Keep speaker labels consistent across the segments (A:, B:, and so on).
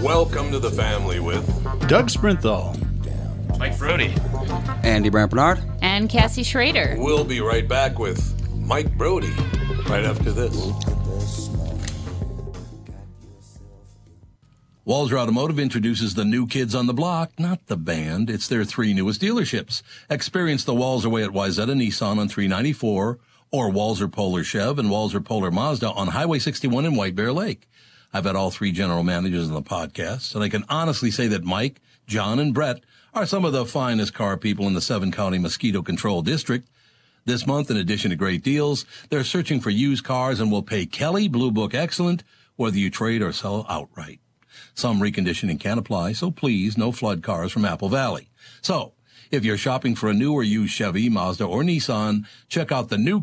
A: Welcome to the family with
B: Doug Sprinthal.
C: Mike Brody.
D: Andy Brandt Bernard.
E: And Cassie Schrader.
A: We'll be right back with Mike Brody right after this.
F: Walzer Automotive introduces the new kids on the block, not the band. It's their three newest dealerships. Experience the Walzer way at Wyzetta Nissan on 394 or Walzer Polar Chev and Walzer Polar Mazda on Highway 61 in White Bear Lake. I've had all three general managers on the podcast, and I can honestly say that Mike, John, and Brett are some of the finest car people in the seven county mosquito control district. This month, in addition to great deals, they're searching for used cars and will pay Kelly Blue Book excellent whether you trade or sell outright. Some reconditioning can apply, so please no flood cars from Apple Valley. So, if you're shopping for a new or used Chevy, Mazda, or Nissan, check out the new.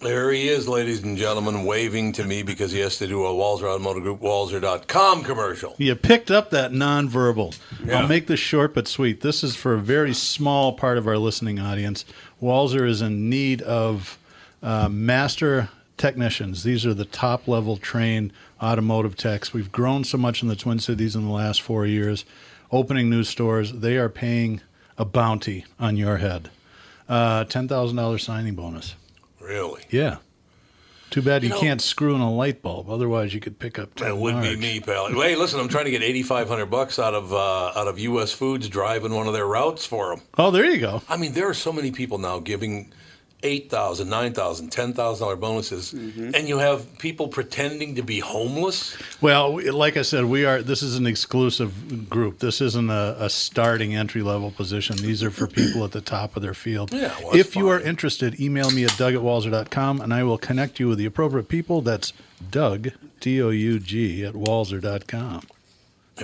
F: There he is, ladies and gentlemen, waving to me because he has to do a Walzer Automotive Group, Walzer.com commercial.
B: You picked up that nonverbal.
F: Yeah.
B: I'll make this short but sweet. This is for a very small part of our listening audience. Walzer is in need of uh, master technicians. These are the top level trained automotive techs. We've grown so much in the Twin Cities in the last four years, opening new stores. They are paying a bounty on your head uh, $10,000 signing bonus.
F: Really?
B: Yeah. Too bad you,
F: know-
B: can't screw in a light bulb. Otherwise, you could pick up. 10
F: That would be
B: large.
F: me, pal. Hey, listen, I'm trying to get 8,500 bucks out of uh, out of U.S. Foods driving one of their routes for them.
B: Oh, there you go.
F: I mean, there are so many people now giving eight thousand, nine thousand, ten thousand dollar bonuses, and you have people pretending to be homeless.
B: Well, we- like I said, we are. This is an exclusive group. This isn't a, a starting entry level position. These are for people at the top of their field.
F: Yeah, well, that's
B: if you are
F: fine.
B: interested, email me at doug at walzer.com and I will connect you with the appropriate people. That's Doug, D O U G, at walzer.com.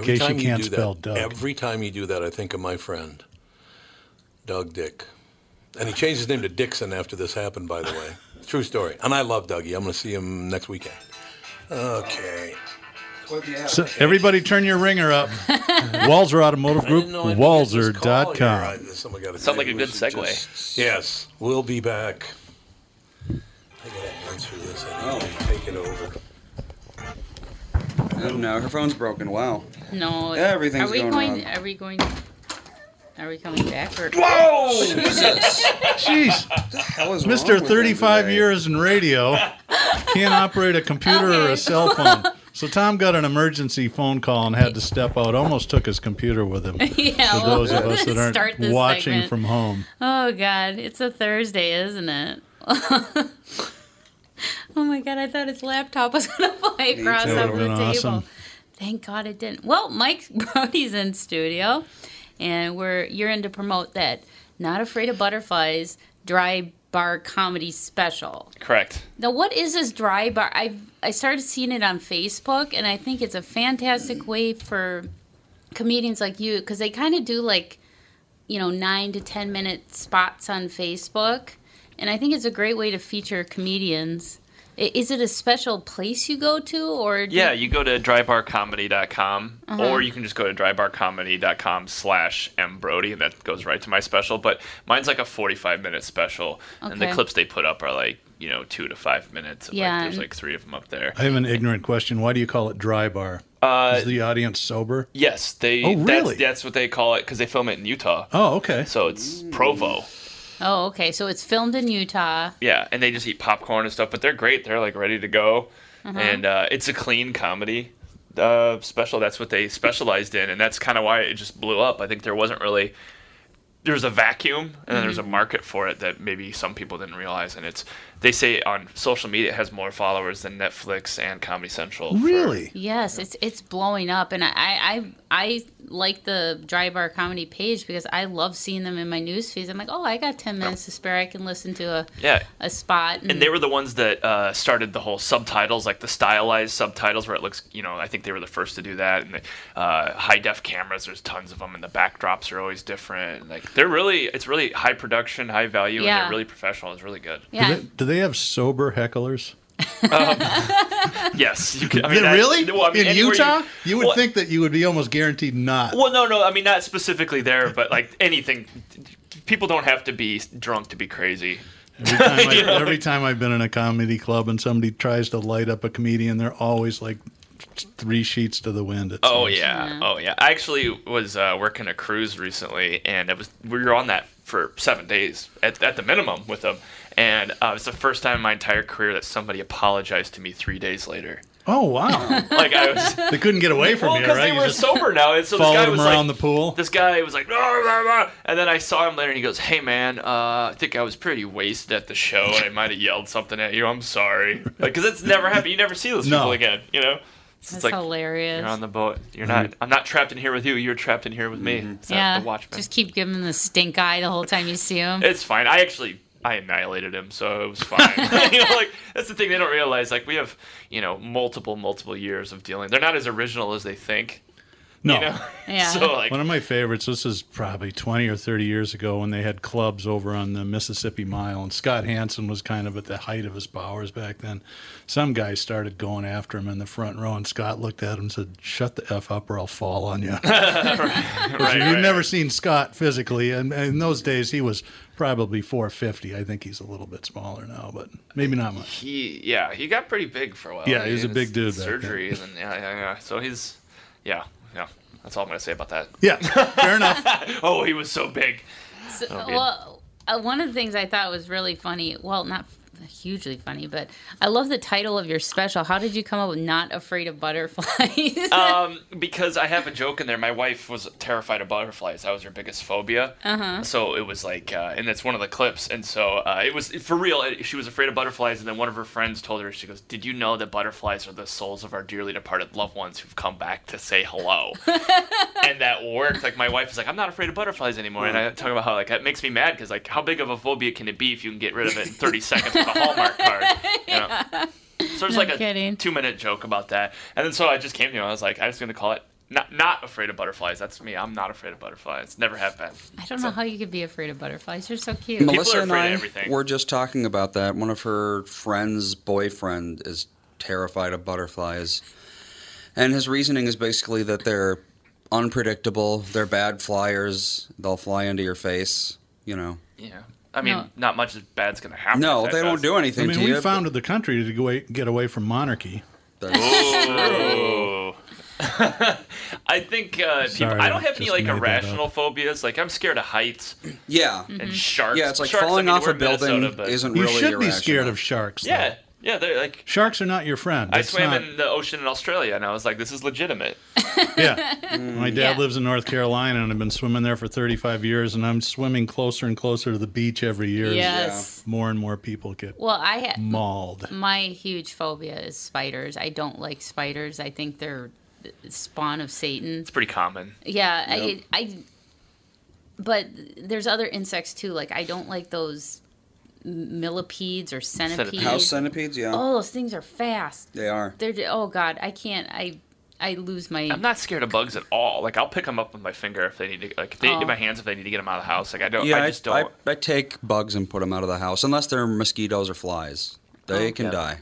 B: case you can't
F: do
B: spell
F: that,
B: Doug.
F: Every time you do that, I think of my friend, Doug Dick. And he changed his name to Dixon after this happened, by the way. True story. And I love Dougie. I'm going to see him next weekend. Okay.
B: So everybody turn your ringer up. Walzer Automotive Group, walzer.com.
C: Sounds like a good segue.
F: yes, we'll be back. I got to answer this. I need to take it over.
D: Oh, no, her phone's broken. Wow.
E: No.
D: Everything's
E: are we
D: going
E: going?
D: wrong.
E: Are we going? Are we coming back? Or,
D: Jesus.
B: Jeez,
D: That was wrong with her
B: Mr. 35
D: today.
B: years in radio can't operate a computer or a
E: Okay.
B: cell phone. So Tom got an emergency phone call and had to step out. Almost took his computer with him.
E: yeah.
B: For
E: well,
B: those of us that
E: start
B: aren't
E: this
B: watching
E: segment.
B: from home,
E: Oh God, it's a Thursday, isn't it? oh my God, I thought his laptop was gonna fly across
D: too.
B: That
E: over
B: would've
E: the
B: been
E: table.
B: awesome.
E: Thank God it didn't. Well, Mike Brody's in studio, and we're you're in to promote that "Not Afraid of Butterflies" dry bar comedy special.
C: Correct.
E: Now, what is this dry bar? I I started seeing it on Facebook, and I think it's a
C: Mm.
E: fantastic way for comedians like you because they kind of do like you know nine to ten minute spots on Facebook, and I think it's a great way to feature comedians I- Is it a special place you go to, or do
C: Yeah, you go to drybarcomedy.com
E: Uh-huh.
C: or you can just go to drybarcomedy.com slash mbrody and that goes right to my special. But mine's like a 45 minute special and the
E: Okay.
C: clips they put up are like, you know, two to five minutes. And
E: Yeah.
C: Like, there's like three of them up there.
B: I have an ignorant question. Why do you call it dry bar? Is the audience sober?
C: Yes, they.
B: Oh, really?
C: That's, that's what they call it because they film it in Utah.
B: Oh, okay.
C: So it's Provo.
E: Oh, okay. So it's filmed in Utah.
C: Yeah, and they just eat popcorn and stuff, but they're great. They're like ready to go,
E: Uh-huh.
C: and uh, it's a clean comedy uh, special. That's what they specialized in, and that's kind of why it just blew up. I think there wasn't really there was a vacuum, and then there's a market for it that maybe some people didn't realize. And it's they say on social media it has more followers than Netflix and Comedy Central. for-
B: really?
E: Yes, it's it's blowing up, and I I I, I like the Dry Bar Comedy page because I love seeing them in my news feeds. I'm like, oh, I got ten minutes to spare. I can listen to a
C: yeah.
E: a spot.
C: And they were the ones that uh, started the whole subtitles, like the stylized subtitles, where it looks, you know, I think they were the first to do that. And the uh, high def cameras, there's tons of them, and the backdrops are always different. And, Like they're really, it's really high production, high value, and
E: Yeah.
C: they're really professional. It's really good.
E: yeah.
B: Do, they, do they have sober hecklers?
C: Yes, you can. I
B: Yeah,
C: that's-
B: really?
C: well, I mean,
B: In
C: anywhere
B: Utah? You, would
C: well,
B: think that you would be almost guaranteed not.
C: Well, no, no. I mean, not specifically there, but like anything. People don't have to be drunk to be crazy.
B: Every time, I, every time I've been in a comedy club and somebody tries to light up a comedian, they're always like three sheets to the wind. it
C: Oh
B: seems.
C: yeah. oh yeah. I actually was uh, working a cruise recently, and it was we were on that for seven days at, at the minimum with them, and uh, it's the first time in my entire career that somebody apologized to me three days later.
B: Oh wow!
C: Like I was,
B: they couldn't get away from
C: well,
B: you,
C: because
B: right?
C: they
B: You
C: were
B: just
C: sober now, and so this
B: followed
C: guy
B: them
C: was
B: around
C: like,
B: the pool.
C: this guy was like, "Rah, rah, rah," and then I saw him later, and he goes, "Hey man, uh, I think I was pretty wasted at the show, and I might have yelled something at you. I'm sorry, like, cause it's never happened. You never see those
B: No.
C: people again, you know." So
E: That's
C: it's like,
E: hilarious.
C: you're on the boat. You're not. I'm not trapped in here with you. You're trapped in here with
B: Mm-hmm.
C: me. It's not
E: yeah. Um.
C: the watchman.
E: Just keep giving him the stink eye the whole time you see him.
C: It's fine. I actually I annihilated him, so it was fine. you know, like that's the thing they don't realize. Like we have, you know, multiple multiple years of dealing. They're not as original as they think.
B: no.
C: You know?
E: Yeah.
C: So like,
B: One of my favorites, this is probably 20 or 30 years ago when they had clubs over on the Mississippi Mile, and Scott Hansen was kind of at the height of his powers back then. Some guy started going after him in the front row, and Scott looked at him and said, Shut the F up or I'll fall on you.
C: right,
B: You've
C: right.
B: never seen Scott physically, and and in those days he was probably 450. I think he's a little bit smaller now, but maybe not much.
C: he yeah he got pretty big for a while.
B: Yeah, he was a
C: his
B: big dude back then.
C: Surgery and then yeah yeah yeah. So he's yeah yeah. That's all I'm gonna say about that.
B: Yeah, fair enough.
C: Oh, he was so big.
E: So,
C: Okay.
E: well, uh, one of the things I thought was really funny. Well, not f- hugely funny, but I love the title of your special. How did you come up with "Not Afraid of Butterflies"?
C: um, because I have a joke in there. My wife was terrified of butterflies. That was her biggest phobia. Uh-huh. So it was like, uh, and that's one of the clips. And so uh, it was for real. it- She was afraid of butterflies, and then one of her friends told her, she goes, "Did you know that butterflies are the souls of our dearly departed loved ones who've come back to say hello?" and that worked. Like my wife is like, "I'm not afraid of butterflies anymore," and I talk about how like that makes me mad because like how big of a phobia can it be if you can get rid of it in 30 seconds with a Hallmark card? You know? So there's
E: No
C: like a
E: kidding.
C: two minute joke about that. And then so I just came to you and I was like, I'm just gonna call it not not afraid of butterflies. That's me. I'm not afraid of butterflies. Never have been.
E: I don't know how you could be afraid of butterflies. You're so cute.
D: Melissa
C: are
D: and
C: afraid of
D: I
C: everything.
D: were just talking about that. One of her friend's boyfriend is terrified of butterflies, and his reasoning is basically that they're unpredictable. They're bad flyers. They'll fly into your face. You know.
C: Yeah. I mean,
E: No.
C: not much bad's gonna happen.
D: No, they won't do
B: I
D: anything
B: mean,
D: to you.
B: we founded the country to go away- get away from monarchy.
D: That's-
C: Oh. I think uh, people,
B: Sorry,
C: I don't have any
B: just
C: like
B: made that
C: irrational phobias. Like I'm scared of heights
D: yeah.
C: and sharks.
D: Yeah, it's like
C: Sharks, I
D: falling
C: mean,
D: off
C: we're
D: a
C: in Minnesota,
D: building
C: but-
D: isn't
B: You
D: really
B: should be scared
D: irrational.
B: of sharks. though.
C: Yeah, yeah. They're like
B: Sharks are not your friend.
C: I
B: It's
C: swam
B: not-
C: in the ocean in Australia and I was like, this is legitimate.
B: Yeah. My dad
E: Yeah.
B: lives in North Carolina and I've been swimming there for 35 years and I'm swimming closer and closer to the beach every year. as
E: yes.
B: More and more people get
E: Well, I ha-
B: mauled.
E: my huge phobia is spiders. I don't like spiders. I think they're the spawn of Satan.
C: It's pretty common.
E: Yeah,
D: Yep.
E: I, I. But there's other insects too. Like I don't like those millipedes or centipedes.
D: House centipedes, yeah,
E: Oh, those things are fast.
D: they are.
E: They're j- oh god, I can't. I I lose my.
C: I'm not scared of bugs at all. Like I'll pick them up with my finger if they need to. Like if they
E: Oh.
C: my hands if they need to get them out of the house. Like I don't.
D: Yeah,
C: I just don't.
D: I, I take bugs and put them out of the house unless they're mosquitoes or flies. They can die.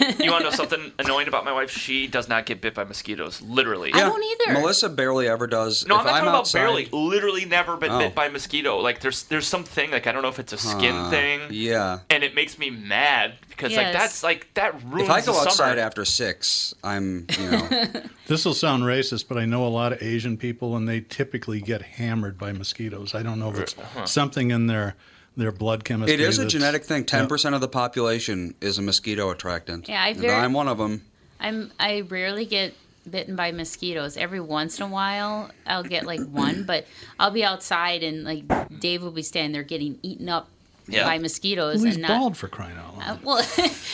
C: You want to know something annoying about my wife? She does not get bit by mosquitoes. Literally.
E: I don't either.
D: Melissa barely ever does.
C: No, I'm
D: if
C: not talking about
D: outside-
C: barely. Literally, never been
D: Oh.
C: bit by mosquito. Like there's there's something like I don't know if it's a skin
D: Uh,
C: thing.
D: Yeah.
C: And it makes me mad because like
E: Yes.
C: that's like that ruins
D: If I go
C: the
D: outside
C: summer.
D: after six, I'm you know
B: This will sound racist, but I know a lot of Asian people, and they typically get hammered by mosquitoes. I don't know if it's
C: Uh-huh.
B: something in their their blood chemistry.
D: it is a
B: that's-
D: genetic thing. Ten percent of the population is a mosquito attractant.
E: Yeah, I
D: And
E: very-
D: I'm one of them.
E: I'm I rarely get bitten by mosquitoes. Every once in a while, I'll get like one, but I'll be outside and like Dave will be standing there getting eaten up
C: Yeah.
E: by mosquitoes
B: Well, he's
E: and not. uh,
B: bald for crying out loud.
E: Well,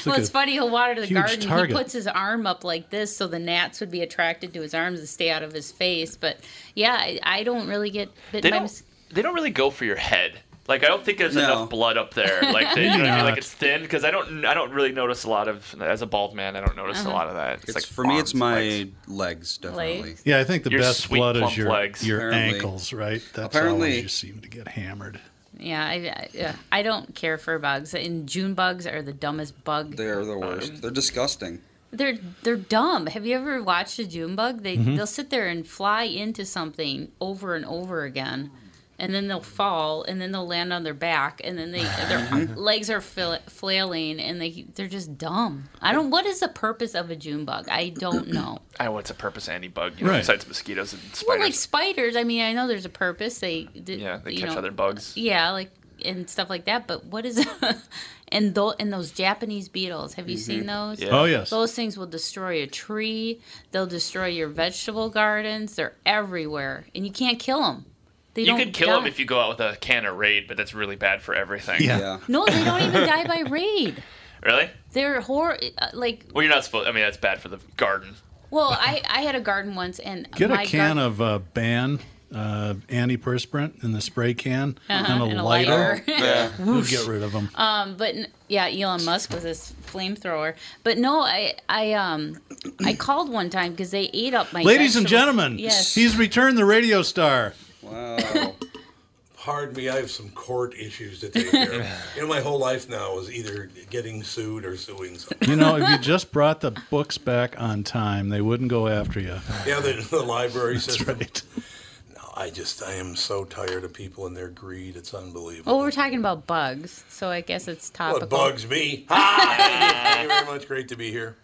E: well,
B: a
E: it's funny. He'll water the
B: huge
E: garden.
B: target.
E: He puts his arm up like this, so the gnats would be attracted to his arms and stay out of his face. But yeah, I, I don't really get
C: they
E: bitten by
C: don't
E: mosquitoes.
C: they don't really go for your head. Like I don't think there's
D: No.
C: enough blood up there. Like they, you know what I mean?
B: not.
C: like it's thin because I don't I don't really notice a lot of as a bald man I don't notice
E: Uh-huh.
C: a lot of that. It's,
D: It's,
C: like
D: for me, it's
C: arms,
D: my
C: legs.
D: legs, definitely.
E: Legs.
B: Yeah, I think the
C: Your
B: best
C: sweet
B: blood is
C: plump
B: your
C: legs.
B: your
D: Apparently.
B: ankles, right? That's
D: Apparently.
B: always you seem to get hammered.
E: Yeah, I, I, yeah, I don't care for bugs. And June bugs are the dumbest bug. They're
D: They're the
C: Um,
D: worst. They're disgusting.
E: they're, dumb. Have you ever watched a June bug? They they'll sit there and fly into something over and over again, and then they'll fall, and then they'll land on their back, and then they their legs are fil- flailing, and they they're just dumb. I don't. What is the purpose of a June bug? I don't know.
C: I don't know what's a purpose of any bug you know,
B: Right.
C: besides mosquitoes and
E: well,
C: spiders.
E: like spiders. I mean, I know there's a purpose. They d-
C: yeah, they
E: you
C: catch
E: know,
C: other bugs.
E: Yeah, like and stuff like that. But what is and those and those Japanese beetles? Have you seen those?
C: Mm-hmm. Yeah.
B: Oh yes,
E: Those things will destroy a tree. They'll destroy your vegetable gardens. They're everywhere, and you can't kill them. They
C: You
E: don't
C: could kill
E: die.
C: them if you go out with a can of Raid, but that's really bad for everything.
B: Yeah.
D: Yeah.
E: No, they don't even die by raid.
C: Really?
E: They're hor uh, like.
C: Well, you're not supposed. I mean, that's bad for the garden.
E: Well, I I had a garden once, and
B: get
E: Oh my
B: a can
E: gar-
B: of uh, Ban uh, antiperspirant in the spray can and, a
E: Uh-huh, and a
B: lighter.
E: lighter.
D: Oh,
E: Oh
D: Yeah.
B: You'll get rid of them.
E: Um, but n- yeah, Elon Musk was this flamethrower. But no, I I um I called one time because they ate up my
B: Ladies and
E: vegetable-
B: gentlemen,
E: Yes.
B: he's returned the radio star.
D: wow.
G: Pardon me, I have some court issues to take care of. you know, my whole life now is either getting sued or suing someone.
B: You know, if you just brought the books back on time, they wouldn't go after you.
G: Yeah, the, the library system.
B: Right.
G: I just, I am so tired of people and their greed. It's unbelievable.
E: Well, we're talking about bugs, so I guess it's topical.
G: What bugs me? Hi! Thank you very much. Great to be here.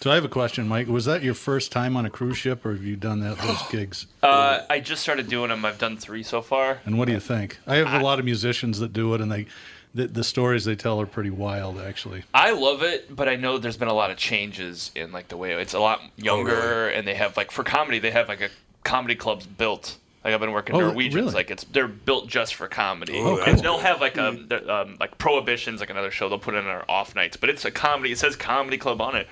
B: So I have a question, Mike. Was that your first time on a cruise ship, or have you done that those gigs?
C: Uh, I just started doing them. I've done three so far.
B: And what do you think? I have a lot of musicians that do it, and they, the, the stories they tell are pretty wild, actually.
C: I love it, but I know there's been a lot of changes in like the way it's a
G: Oh,
C: lot younger, and they have like for comedy they have like a comedy clubs built. Like I've been working
B: Oh,
C: Norwegians,
B: really?
C: like it's they're built just for comedy,
G: Oh,
C: and
G: that's
C: they'll have like um, their, um like prohibitions, like another show they'll put in our off nights, but it's a comedy. It says comedy club on it,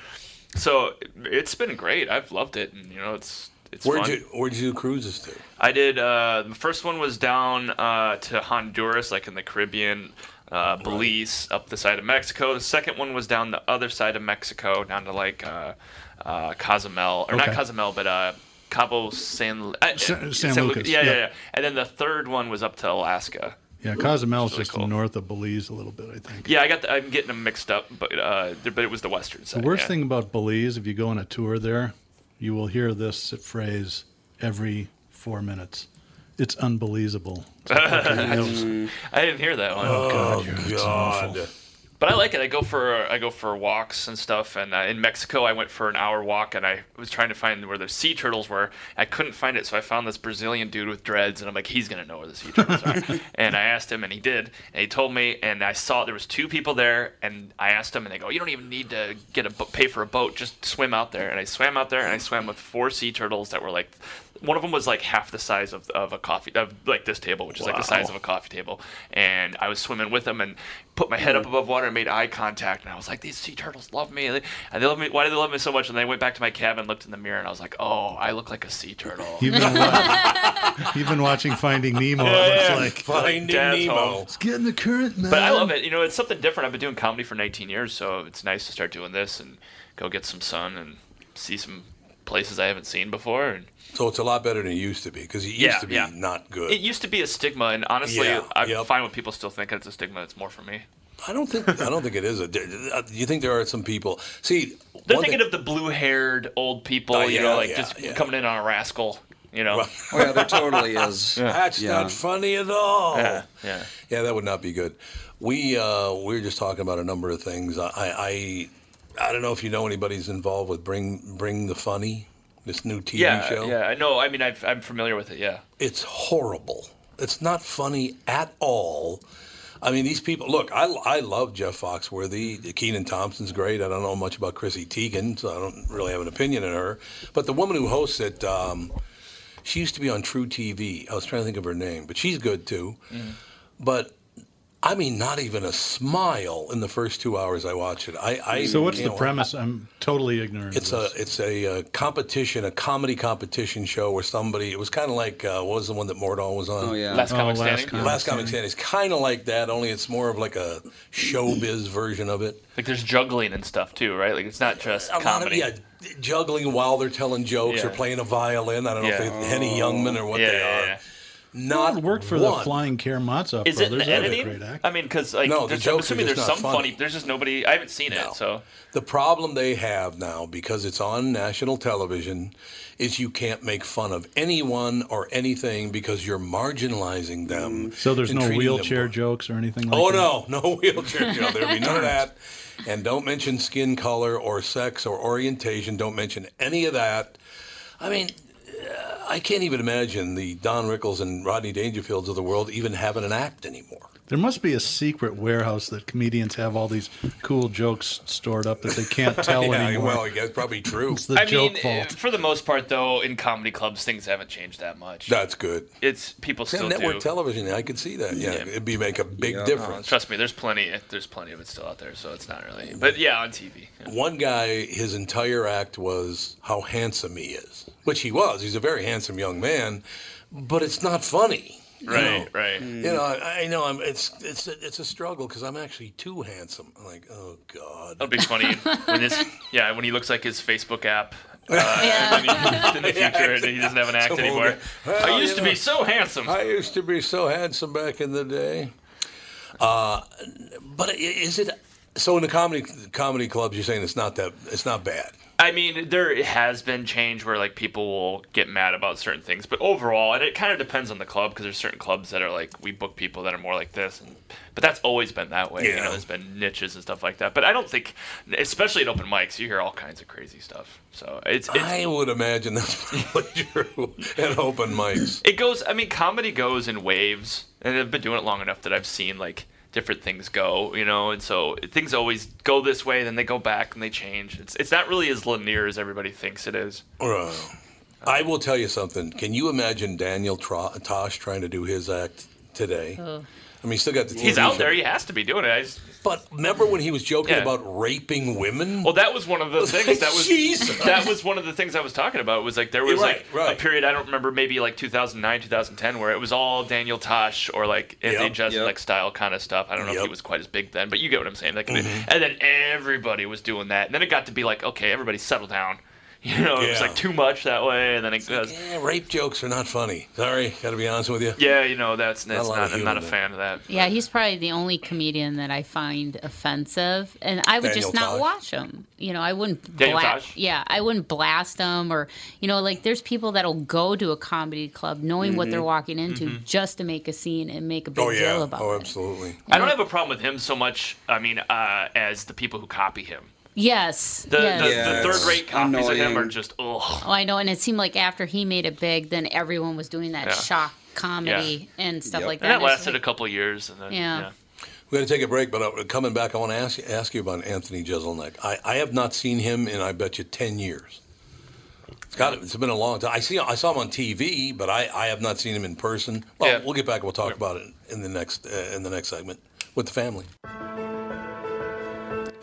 C: so it's been great. I've loved it, and you know it's it's
G: Where'd
C: fun.
G: you, where'd you do cruises to?
C: I did. Uh, the first one was down uh, to Honduras, like in the Caribbean, uh, Belize, up the side of Mexico. The second one was down the other side of Mexico, down to like uh, uh, Cozumel, or not
B: Okay.
C: Cozumel, but uh, Cabo San, uh,
B: San- San Lucas,
C: Yeah, yeah,
B: yeah.
C: yeah. And then the third one was up to Alaska.
B: Yeah, Cozumel's just
C: cool.
B: north of Belize a little bit, I think.
C: Yeah, I got. The, I'm getting them mixed up, but uh, there- but it was the western side.
B: The worst
C: yeah.
B: thing about Belize, if you go on a tour there, you will hear this phrase every four minutes. It's unbelievable. It's like,
C: I didn't hear that one.
G: Mm. Oh,
B: awful.
G: God.
C: But I like it. I go for I go for walks and stuff. And uh, in Mexico, I went for an hour walk, and I was trying to find where the sea turtles were. I couldn't find it, so I found this Brazilian dude with dreads, and I'm like, he's gonna know where the sea turtles are. and I asked him, and he did. And he told me, and I saw there was two people there, and I asked him, and they go, you don't even need to get a bo- pay for a boat, just swim out there. And I swam out there, and I swam with four sea turtles that were like. One of them was like half the size of, of a coffee, of like this table, which is like the size of a coffee table. And I was swimming with them and put my
B: Mm.
C: head up above water and made eye contact. And I was like, these sea turtles love me. And they, and they love me. Why do they love me so much? And I went back to my cabin, looked in the mirror, and I was like, oh, I look like a sea turtle.
B: You've been, wa- you've been watching Finding Nemo. It's like,
G: Finding
C: Dad's
G: Nemo.
C: home.
B: it's getting the current, man.
C: But I love it. You know, it's something different. I've been doing comedy for 19 years, so it's nice to start doing this and go get some sun and see some places I haven't seen before. And
G: So it's a lot better than it used to be because it used
C: Yeah,
G: to be
C: yeah.
G: not good.
C: it used to be a stigma, and honestly,
G: Yeah,
C: I'm
G: yep.
C: fine with people still thinking it's a stigma. It's more for me.
F: I don't think I don't think it is. A, do you think there are some people? See,
C: They're
F: one
C: thinking
F: thing-
C: of the blue-haired old people,
F: Oh,
C: you
F: yeah,
C: know, like
F: yeah,
C: just
F: yeah.
C: coming in on a rascal, you know.
D: Oh yeah, there totally is.
F: that's
D: Yeah.
F: not funny at all.
C: Yeah, yeah.
F: oh. Yeah, that would not be good. We uh, we were just talking about a number of things. I I, I don't know if you know anybody's involved with Bring Bring the Funny, this new TV
C: yeah,
F: show.
C: yeah. I know. I mean, I've, I'm familiar with it. Yeah.
F: It's horrible. It's not funny at all. I mean, these people. Look, I, I love Jeff Foxworthy. Keenan Thompson's great. I don't know much about Chrissy Teigen, so I don't really have an opinion on her. But the woman who hosts it, um, she used to be on True TV. I was trying to think of her name, but she's good too.
B: Mm.
F: But I mean, not even a smile in the first two hours I watch it. I, I
B: So what's
F: you
B: the
F: know,
B: premise? I'm totally ignorant.
F: it's
B: of
F: a it's
B: this.
F: a uh, competition, a comedy competition show where somebody. It was kind of like uh, what was the one that Mordaunt was on?
D: Oh yeah.
C: Last
B: Oh,
C: comic
B: Last
C: standing.
B: Comic-
F: Last Comic Standing is kind of like that, only it's more of like a showbiz version of it.
C: Like there's juggling and stuff too, right? Like it's not just
F: A lot of
C: comedy.
F: yeah, juggling while they're telling jokes or
C: Yeah.
F: playing a violin. I don't know if
C: Yeah.
F: they Henny Youngman or what
C: yeah,
F: they
C: yeah,
F: are.
C: yeah.
F: Not
B: It worked for the
F: one.
B: Flying Karamazov
C: Is it
B: brothers.
C: an
B: They're
C: editing?
B: great actors.
C: I mean, because like,
F: No, the
C: there's, I'm
F: jokes are
C: assuming
F: just
C: there's
F: not
C: some
F: funny.
C: funny. There's just nobody. I haven't seen
F: No.
C: it, so
F: The problem they have now, because it's on national television, is you can't make fun of anyone or anything because you're marginalizing them.
B: So there's
F: and
B: no
F: treating them
B: wheelchair
F: poor.
B: jokes or anything like
F: Oh
B: that.
F: no, no wheelchair Joe. There'll be none of that. And don't mention skin color or sex or orientation. Don't mention any of that. I mean, uh, I can't even imagine the Don Rickles and Rodney Dangerfields of the world even having an act anymore.
B: There must be a secret warehouse that comedians have all these cool jokes stored up that they can't tell
F: Yeah,
B: anymore.
F: well, I guess probably true.
B: it's the
C: I
B: joke
C: mean, eh,
B: vault.
C: for the most part, though, in comedy clubs, things haven't changed that much.
F: That's good.
C: It's people
F: Yeah,
C: still
F: network
C: do.
F: television, I could see that. Yeah,
C: Yeah.
F: it'd be make a big
D: Yeah.
F: difference.
C: Trust me, there's plenty. There's plenty of it still out there, so it's not really. But yeah, on TV. yeah.
F: One guy, his entire act was how handsome he is, which he was. He's a very handsome young man, but it's not funny.
C: Right, right.
F: You know, I, I know I'm. It's it's it's a struggle because I'm actually too handsome. I'm like, oh god.
C: That'll be funny when his yeah when he looks like his Facebook app. Uh, in the future, and he doesn't have an act
F: Some old
C: anymore.
F: guy. Well,
C: I used
F: you
C: to
F: know.
C: be so handsome.
F: I used to be so handsome back in the day. Uh, but i- is it? So in the comedy comedy clubs, you're saying it's not that it's not bad.
C: I mean, there has been change where like people will get mad about certain things, but overall, and it kind of depends on the club because there's certain clubs that are like we book people that are more like this, and, but that's always been that way. You
F: Yeah.
C: know, there's been niches and stuff like that, but I don't think, especially at open mics, you hear all kinds of crazy stuff. So it's, it's
F: I would imagine that's probably true at open mics.
C: it goes. I mean, comedy goes in waves, and I've been doing it long enough that I've seen like different things go, you know, and so things always go this way, then they go back and they change. It's it's not really as linear as everybody thinks it is.
F: Uh, I will tell you something. Can you imagine Daniel Tro- Tosh trying to do his act today? I mean, he's still got the TV
C: He's out
F: show.
C: there. He has to be doing it. I just,
F: But remember when he was joking
C: Yeah.
F: about raping women?
C: Well, that was one of the things that was
F: Jesus.
C: that was one of the things I was talking about. Was like there was
F: Right,
C: like
F: right.
C: a period I don't remember, maybe like 2009, 2010, where it was all Daniel Tosh or like Anthony
F: Yep,
C: Jeselnik
D: yep.
C: style kind of stuff. I don't know if
F: Yep. Mm-hmm.
C: he was quite as big then, but you get what I'm saying. Like, and then everybody was doing that, and then it got to be like, okay, everybody settle down. You know, it was
F: Yeah.
C: like too much that way, and then it goes,
F: Yeah, rape jokes are not funny. Sorry, got to be honest with you.
C: yeah, you know, that's that's
F: lot
C: not,
F: of
C: I'm
F: humor
C: not a
F: there.
C: fan of that.
E: Yeah, he's probably the only comedian that I find offensive, and I would just not
F: Daniel Tosh.
E: watch him. You know, I wouldn't.
C: Daniel
E: bla-
C: Tosh?
E: Yeah, I wouldn't blast him, or you know, like there's people that'll go to a comedy club knowing what they're walking into just to make a scene and make a big
F: Mm-hmm. Oh
E: deal
F: yeah.
E: about
F: Oh,
E: it.
F: absolutely.
C: I don't have a problem with him so much. I mean, uh, as the people who copy him.
E: Yes,
C: The,
E: yes.
C: the,
D: Yeah,
C: the
D: it's
C: third-rate copies of him
D: annoying.
C: are just ugh.
E: Oh, I know, and it seemed like after he made it big, then everyone was doing that
C: Yeah.
E: shock comedy and stuff
D: Yep.
E: like that.
C: And that
E: And it's
C: lasted a
E: like-
C: couple of years, and then
E: Yeah.
C: yeah.
F: We got to take a break, but uh, coming back, I want to ask ask you about Anthony Jeselnik. I, I have not seen him in I bet you ten years. It's got it's been a long time. I see I saw him on TV, but I, I have not seen him in person. Well,
C: Yeah.
F: we'll get back. and We'll talk about it in the next uh, in the next segment with the family.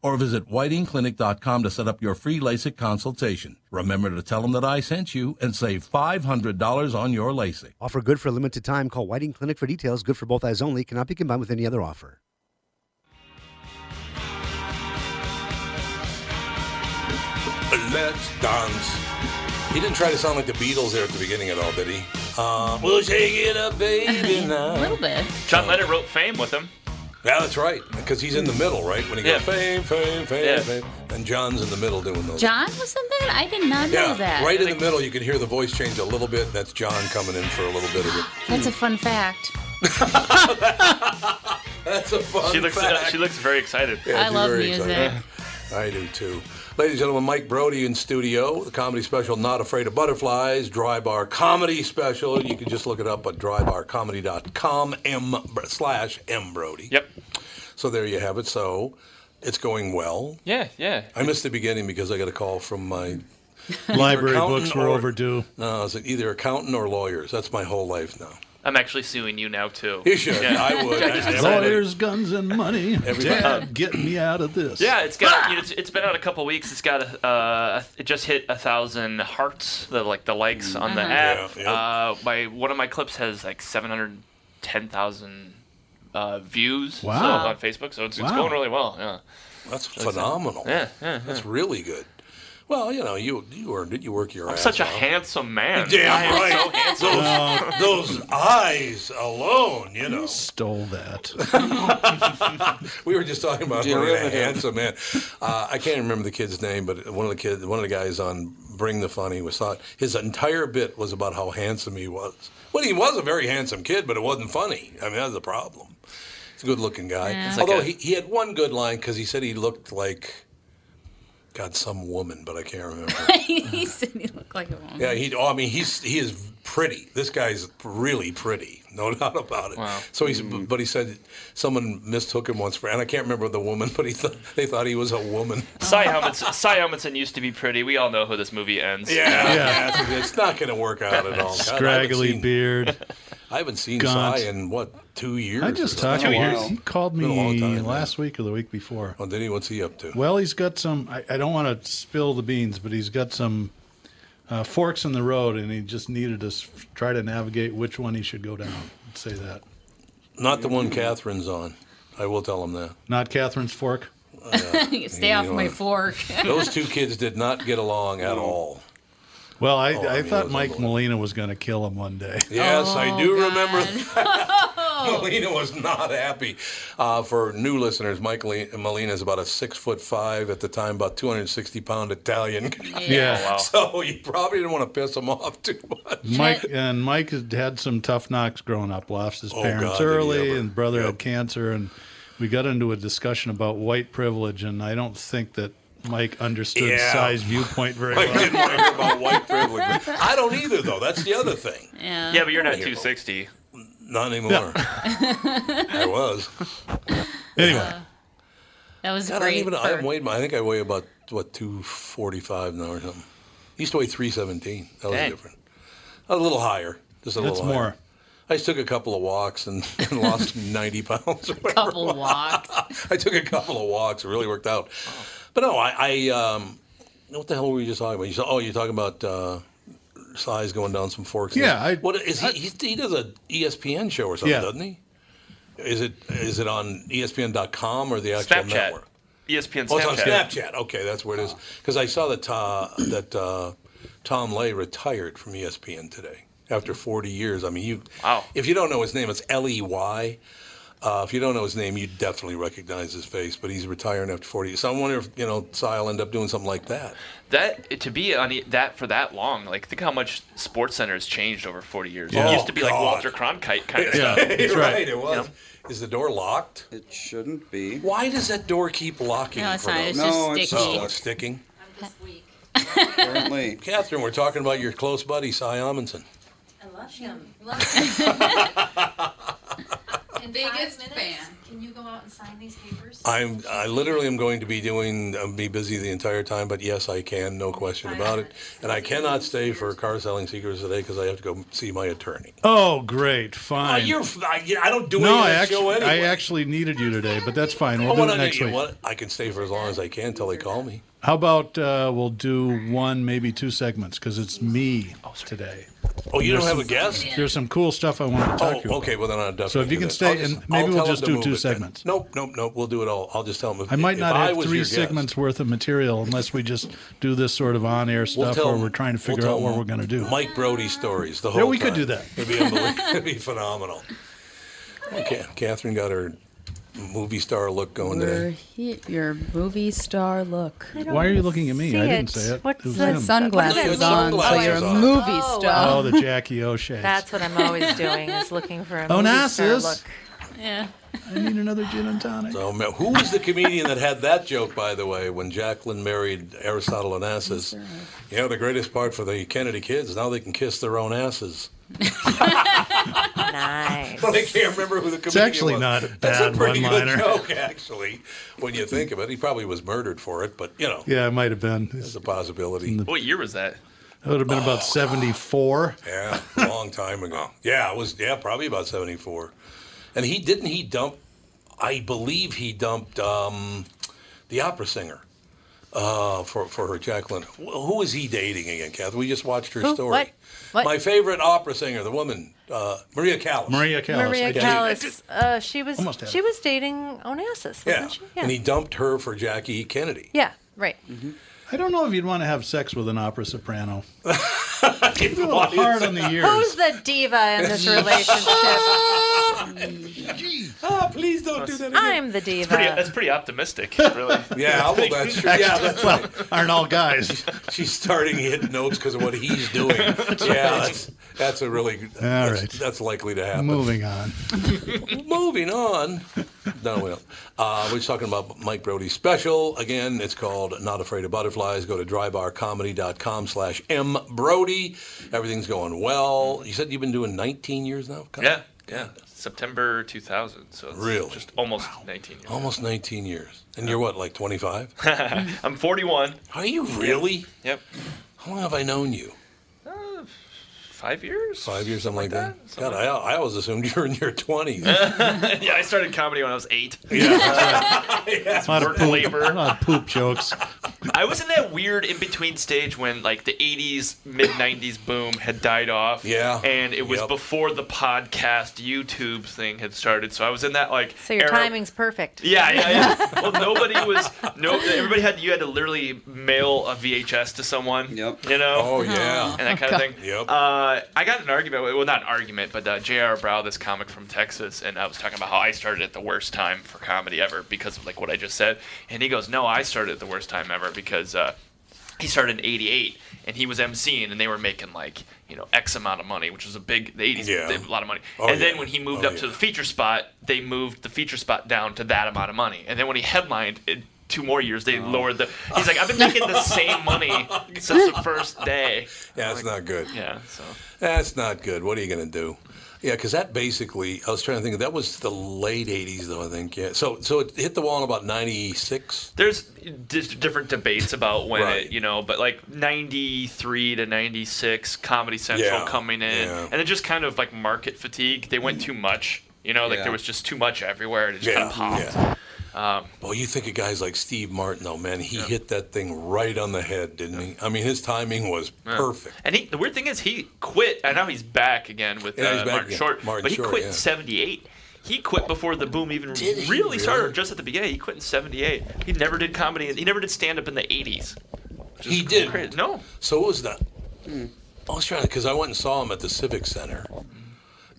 H: or visit whitingclinic.com to set up your free LASIK consultation. Remember to tell them that I sent you and save $500 on your LASIK.
I: Offer good for a limited time. Call Whiting Clinic for details. Good for both eyes only. Cannot be combined with any other offer.
F: Let's dance. He didn't try to sound like the Beatles there at the beginning at all, did he? Uh, we'll shake it up, baby.
E: a
F: now.
E: little bit.
C: John Lennon wrote Fame with him.
F: Yeah, that's right. Because he's in the middle, right? When he goes
C: Yeah.
F: fame, fame, fame,
C: Yeah.
F: fame, and John's in the middle doing those.
E: John was in that? I did not
F: yeah,
E: know that.
F: right in the middle, you can hear the voice change a little bit. and That's John coming in for a little bit of it.
E: That's a fun fact.
F: That's a fun
C: She looks uh,
F: fact.
C: she looks very excited.
F: Yeah,
E: I
F: she's
E: love
F: very
E: music.
F: excited. I do too. Ladies and gentlemen, Mike Brody in studio, the comedy special Not Afraid of Butterflies, Dry Bar Comedy Special. You can just look it up at drybarcomedy.com m br- slash m Brody.
C: Yep.
F: So there you have it. So it's going well.
C: Yeah, yeah.
F: I missed the beginning because I got a call from my
B: Library
F: accountant
B: books were
F: or-
B: overdue.
F: No, it's either accountant or lawyers. That's my whole life now.
C: I'm actually suing you now too.
F: You should.
C: Yeah.
F: I would. I-
B: Lawyers, guns, and money.
F: Everybody- Ah!
B: Dad, get me out of this.
C: Yeah, it's got. It's, it's been out a couple weeks. It's got. A, uh, it just hit a thousand hearts, the like the likes on the app.
F: Mm. Yeah, yeah.
C: Uh, my one of my clips has like seven hundred ten thousand uh, views. so,
B: Wow.
C: on Facebook, so it's, it's
B: Wow.
C: going really well. Yeah.
F: That's phenomenal.
C: Yeah, yeah,
F: That's really good. Well, you know, you you earned it. You work your
C: I'm
F: ass
C: such a
F: off.
C: handsome man. I
F: Damn
C: am
F: right.
C: so handsome.
F: those, those eyes alone, you know.
B: Stole that.
F: We were just talking about looking at a handsome man. Uh, I can't remember the kid's name, but one of the kids, one of the guys on Bring the Funny was thought his entire bit was about how handsome he was. Well, he was a very handsome kid, but it wasn't funny. I mean, that was the problem. He's a good-looking guy.
E: Yeah. It's
C: like
F: Although
C: a-
F: he, he had one good line because he said he looked like. God, some woman, but I can't remember.
E: he said he looked like a woman.
F: Yeah, he. Oh, I mean, he's he is pretty. This guy's really pretty, no doubt about it.
C: Wow.
F: So he's.
B: Hmm.
F: But he said someone mistook him once for, and I can't remember the woman, but he th- they thought he was a woman.
C: Cy Helmets- Cy Helmetson used to be pretty. We all know who this movie ends.
F: Yeah, yeah. it's not going to work out at all. God, I haven't
B: Scraggly
F: seen-
B: beard.
F: I haven't seen
B: Gaunt.
F: Cy in what two years?
B: I just
F: or
B: talked
F: something.
B: to
D: years.
B: him. He called me
F: Been a long time,
B: last week or the week before.
F: Oh, did he? What's he up to?
B: Well, he's got some. I, I don't want to spill the beans, but he's got some uh, forks in the road, and he just needed to s- try to navigate which one he should go down. I'd say that.
F: Not the
B: Hmm.
F: one Catherine's on. I will tell him that.
B: Not Catherine's fork.
E: Stay off my
F: Yeah.
E: fork.
F: Those two kids did not get along at all.
B: Well, I,
F: Oh, I
B: I,
F: mean, it
B: thought
F: was
B: Mike
F: unbelievable.
B: Molina was going to kill him one day.
F: Yes, I do
E: God.
F: remember Molina was not happy. Uh, for new listeners, Mike Le- Molina is about a six foot five at the time, about 260 pound Italian.
B: Yeah.
F: So you probably didn't want to piss him off too much.
B: Mike and Mike had had some tough knocks growing up. Lost his
F: Oh, God,
B: parents
F: did he
B: early,
F: ever.
B: and brother
F: Yep.
B: had cancer, and we got into a discussion about white privilege, and I don't think that Mike understood
F: Yeah.
B: Sai's viewpoint very
F: I
B: well.
F: didn't want to hear about white privilege. I don't either, though. That's the other thing.
E: Yeah.
C: Yeah, but you're not 260.
F: Not anymore. I was.
B: Anyway,
E: That was
F: God, I,
E: great.
F: don't even, I
E: for-
F: haven't weighed my, I think I weigh about, what, 245 now or something. Used to weigh 317. That was
C: Dang.
F: different. A little higher. Just a
B: that's
F: little higher.
B: more.
F: I just took a couple of walks and, and lost 90 pounds. or whatever.
E: couple walks.
F: I took a couple of walks. It really worked out. But no, I, I um, what the hell were you just talking about? You said, oh, you're talking about uh, size going down some forks.
B: Yeah, I-
F: what is he, he? He does a E ESPN show or something,
B: Yeah.
F: doesn't he? Is it is it on E ESPN.com or the actual
C: Snapchat.
F: network?
C: ESPN Snapchat.
F: Oh, it's on Snapchat. Okay, that's where it is. Because I saw that uh, that uh, Tom Lay retired from E ESPN today after 40 years. I mean, you.
C: Wow.
F: If you don't know his name, it's L E Y. Uh, if you don't know his name, you definitely recognize his face. But he's retiring after 40. So I wonder if you know Si will end up doing something like that.
C: That to be on E- that for that long, like think how much Sports Center has changed over 40 years.
F: Yeah.
C: It used to be like
F: Oh,
C: Walter Cronkite kind of
B: Yeah,
C: stuff.
B: that's
F: You're
B: right.
F: It was. Is the door locked?
D: It shouldn't be.
F: Why does that door keep locking?
E: No, it's
F: for
E: not.
F: those-
E: It's just
D: No, it's
E: sticky.
F: Oh, it's sticking.
D: Apparently.
F: Catherine, we're talking about your close buddy, Si Amundsen.
J: I love him. Love him. In
K: Biggest
J: five minutes,
K: fan.
J: Can you go out and sign these papers?
F: I'm I literally am going to be doing uh, be busy the entire time, but yes, I can, no question about it. And I cannot stay for car selling secrets today because I have to go see my attorney.
B: Oh, great, fine.
F: Uh, you're I, I don't do
B: no,
F: any of
B: I
F: that show
B: actually,
F: anyway.
B: I actually needed you today, but that's fine. We'll
F: Oh,
B: do
F: what
B: it
F: I-
B: next
F: you know
B: week.
F: what? I can stay for as long as I can till they call me.
B: How about uh, we'll do one, maybe two segments because it's me today.
F: Oh, you
B: There's
F: don't have a
B: some-
F: guest?
B: There's some cool stuff I want to talk
F: Oh,
B: to. you
F: okay. Well,
B: about.
F: then I'll definitely.
B: So if you
F: do
B: can
F: that.
B: stay
F: I'll just-
B: and maybe
F: I'll
B: we'll
F: tell
B: just
F: them to
B: do
F: move
B: two
F: it then.
B: segments.
F: Nope, nope, nope. We'll do it all. I'll just tell them. If,
B: I might
F: if
B: not
F: I
B: have
F: was
B: three
F: your guest-
B: segments worth of material unless we just do this sort of on-air
F: We'll
B: stuff
F: tell
B: where
F: them-
B: we're trying to
F: we'll
B: figure
F: tell
B: out what
F: them
B: we're going to do.
F: Mike Brody stories. The whole.
B: Yeah, we could
F: time.
B: do that.
F: It'd be unbelievable. It'd be phenomenal. Okay, Catherine got her movie star look going
K: We're
F: today.
K: hit your movie star look.
B: Why are you looking at me? I didn't say it.
J: What's
B: It was
K: Put
B: him.
K: sunglasses
F: Put
K: on, so
F: sunglasses
K: you're a
F: on.
K: movie
J: Oh,
K: star.
B: Oh, the Jackie O'Shea.
J: That's what I'm always doing is looking for a
B: Oh,
J: movie
B: nice,
J: star
B: sis.
J: look.
E: Yeah.
B: I need another gin and tonic.
F: So, ma- Oh, who was the comedian that had that joke, by the way, when Jacqueline married Aristotle Onassis? You know, the greatest part for the Kennedy kids, now they can kiss their own asses.
J: Nice.
F: But I can't remember who the comedian
B: It's actually
F: was.
B: not a
F: That's a
B: bad
F: pretty
B: one-liner.
F: good joke, actually, when you think of it. He probably was murdered for it, but, you know,
B: Yeah, it might have been.
F: it's a possibility.
C: What year was that?
B: It would have been about 74.
F: Yeah, a long time ago. Yeah, it was, yeah, probably about 74. And he, didn't he dump, I believe he dumped um, the opera singer. Uh, for for her, Jacqueline. Wh- Who is he dating again, Kath? We just watched her
K: Who?
F: story.
K: What? What?
F: My favorite opera singer, the woman, uh, Maria Callas.
B: Maria Callas.
J: Maria
B: Okay.
J: Callas. Uh, she was
B: Almost had
J: she
B: it.
J: was dating Onassis, wasn't
F: Yeah.
J: she?
F: and he dumped her for Jackie E. Kennedy.
J: yeah. Right.
B: I don't know if you'd want to have sex with an opera soprano.
F: If you
B: A little
F: want to-
B: hard on the
J: Who's
B: ears.
J: the diva in this relationship?
F: Ah, please don't do that again.
J: I'm the diva.
C: Pretty, that's pretty optimistic, really.
F: Yeah, well, that's true. Yeah, that's right.
B: Well, aren't all guys?
F: She's starting hitting notes because of what he's doing. Yeah, that's, that's a really that's,
B: right.
F: that's likely to happen.
B: Moving on.
F: Moving on. No, we don't. Uh, we're talking about Mike Brody's special. Again, it's called Not Afraid of Butterflies. Go to drybarcomedy.com slash mbrody. Everything's going well. You said you've been doing 19 years now? God,
C: Yeah, yeah. September 2000, so it's
F: Really?
C: just almost 19 years.
F: Almost 19 years. And you're what, like 25?
C: I'm 41.
F: Are you really?
C: Yep.
F: How long have I known you?
C: Uh, five years.
F: Five years, something like that?
C: that,
F: God,
C: something
F: I, I always assumed you were in your 20s.
C: yeah, I started comedy when I was eight.
B: A lot of
C: Work
B: poop,
C: labor.
B: A lot of poop jokes.
C: I was in that weird in between stage when like the 80s, mid 90s boom had died off.
F: Yeah.
C: And it was
F: Yep.
C: before the podcast YouTube thing had started. So I was in that like.
J: So your
C: era-
J: timing's perfect.
C: Yeah, yeah, yeah. well, nobody was. No, everybody had. You had to literally mail a VHS to someone.
D: Yep.
C: You know.
F: Oh, yeah.
C: and that kind of thing.
F: Yep.
C: Uh, I got in an argument. Well, not an argument, but uh, J.R. Brow, this comic from Texas, and I was talking about how I started at the worst time for comedy ever because of like what I just said, and he goes, "No, I started at the worst time ever because." Uh, he started in 88 and he was emceeing and they were making like you know x amount of money which was a big the 80s
F: Yeah.
C: they- a lot of money
F: Oh,
C: and then
F: yeah.
C: when he moved
F: Oh,
C: up to
F: yeah.
C: the feature spot they moved the feature spot down to that amount of money and then when he headlined it, two more years
F: Oh.
C: they lowered the he's like i've been making the same money since the first day
F: Yeah, it's not good.
C: yeah so
F: That's not good. What are you going to do? Yeah, because that basically, I was trying to think, that was the late 80s, though, I think. Yeah. So so it hit the wall in about 96.
C: there's di- different debates about when
F: Right.
C: it, you know, but like 93 to 96, Comedy Central
F: Yeah,
C: coming in,
F: yeah.
C: and then just kind of like market fatigue. They went too much, you know, like
D: Yeah.
C: there was just too much everywhere, and it just kind
F: Yeah.
C: of popped.
F: yeah.
C: Um,
F: well, you think of guys like Steve Martin, though, man. He hit that thing right on the head, didn't he? I mean, his timing was
C: Yeah.
F: perfect.
C: And he, the weird thing is, he quit. I know he's back again with
F: Yeah, he's
C: uh,
F: back
C: Martin
F: again.
C: Short,
F: Martin
C: but he
F: Short,
C: quit
F: yeah.
C: in '78. He quit before the boom even really, started. Just at the beginning, he quit in '78. He never did comedy. He never did stand up in the '80s.
F: He did.
C: No.
F: So it was that.
D: Hmm.
F: I was trying to, because I went and saw him at the Civic Center.